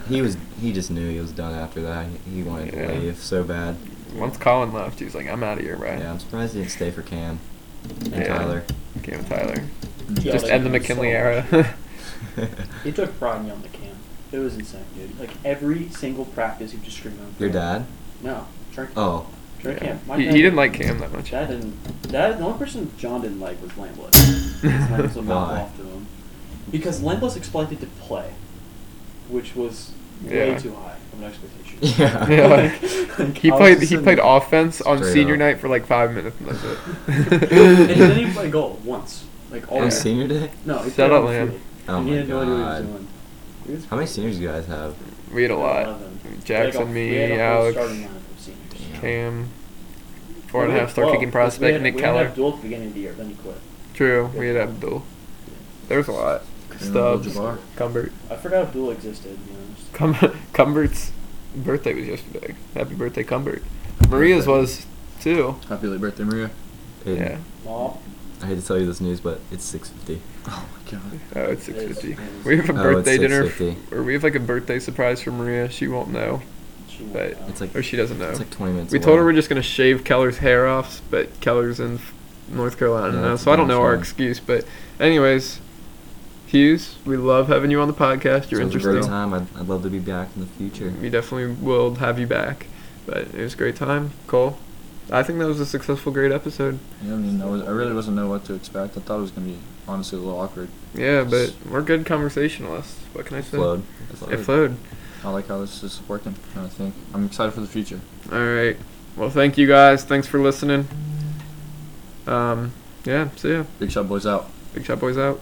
C: He was. He just knew he was done after that. He, he wanted
A: Yeah.
C: to leave so bad.
A: Once Colin left, he was like, "I'm out of here, Brian."
C: Yeah, I'm surprised he didn't stay for Cam and
A: Yeah.
C: Tyler.
A: Game with Tyler.
D: Yeah,
A: just
D: like,
A: end the
D: so
A: McKinley
D: much.
A: era.
D: He took pride in yelling at Cam. It was insane, dude. Like every single practice, he was just screaming. at
C: Your
D: Cam.
C: dad?
D: No, Trent.
C: Oh,
D: Trent
A: Yeah.
D: Cam. My
A: He,
D: dad-
A: he didn't like Cam that much.
D: Dad didn't. Dad. The only person John didn't like was Lambless. His name was a mouth
C: Why?
D: off to him. Because Lambless expected to play, which was
A: Yeah.
D: way too high of an expectation.
C: Yeah.
A: Yeah, like,
D: Like,
A: He
D: I was
A: played.
D: just
A: He
D: sitting
A: played
D: there.
A: offense on
C: Straight
A: senior
C: up.
A: night for like five minutes, and that's
D: and he didn't even
A: it.
D: play goal once. Like all
C: on
A: Oh, Yeah.
D: yeah.
C: senior day?
D: No, he
A: Shut
D: played
A: up,
D: on the
A: Lamb.
D: field.
C: Oh
D: And he
C: my
D: had no idea what he was
C: god.
D: doing. He was
C: How many seniors do you guys have?
A: we had a lot.
D: Eleven.
A: Jackson,
D: We had a- we
A: me,
D: had a whole
A: Alex,
D: starting lineup of seniors.
C: Damn.
A: Cam, four
D: Well,
A: and
D: we
A: a
D: had
A: half star
D: 12,
A: kicking
D: because we had-
A: prospect Nick
D: we
A: Keller.
D: had Abdul at the beginning of the year, then he quit.
A: True, we had Abdul. There's a lot. Stubbs,
B: Abdul-Jabbar.
A: Cumbert,
D: I forgot Abdul existed. You know, just-
A: Cum- Cumbert's birthday was yesterday. Happy birthday, Cumbert. Maria's was too.
B: Happy late birthday, Maria. Oh
C: Hey,
A: Yeah.
D: Mom,
C: I hate to tell you this news, but it's 650.
B: Oh my god.
A: Oh, it's
D: It
A: six
D: is-
A: fifty.
D: it is.
A: We have a
C: Oh,
A: birthday
C: it's
A: dinner,
C: 6:50.
A: or we have like a birthday surprise for Maria. She won't know,
D: she won't
A: but
D: know.
C: It's like-
A: or she doesn't know.
C: It's like 20 minutes
A: we told her
C: away.
A: we're just gonna shave Keller's hair off, but Keller's in f- North Carolina
C: Yeah,
A: now,
C: that's
A: so I don't know our
C: fine.
A: excuse. But anyways, Hughes, we love having you on the podcast. You're
C: It was a great
A: interesting.
C: time. I'd, I'd love to be back in the future.
A: We definitely will have you back. But it was a great time, Cole. I think that was a successful, great episode.
B: Yeah, I mean, I, was, I really wasn't know what to expect. I thought it was gonna be honestly a little awkward.
A: Yeah, but we're good conversationalists. What can I say?
C: Flowed.
A: It flowed.
B: I like how this is working. and I think I'm excited for the future.
A: All right. Well, thank you guys. Thanks for listening. Um, yeah, see ya.
B: Big shot boys out.
A: Big Shot Boys out.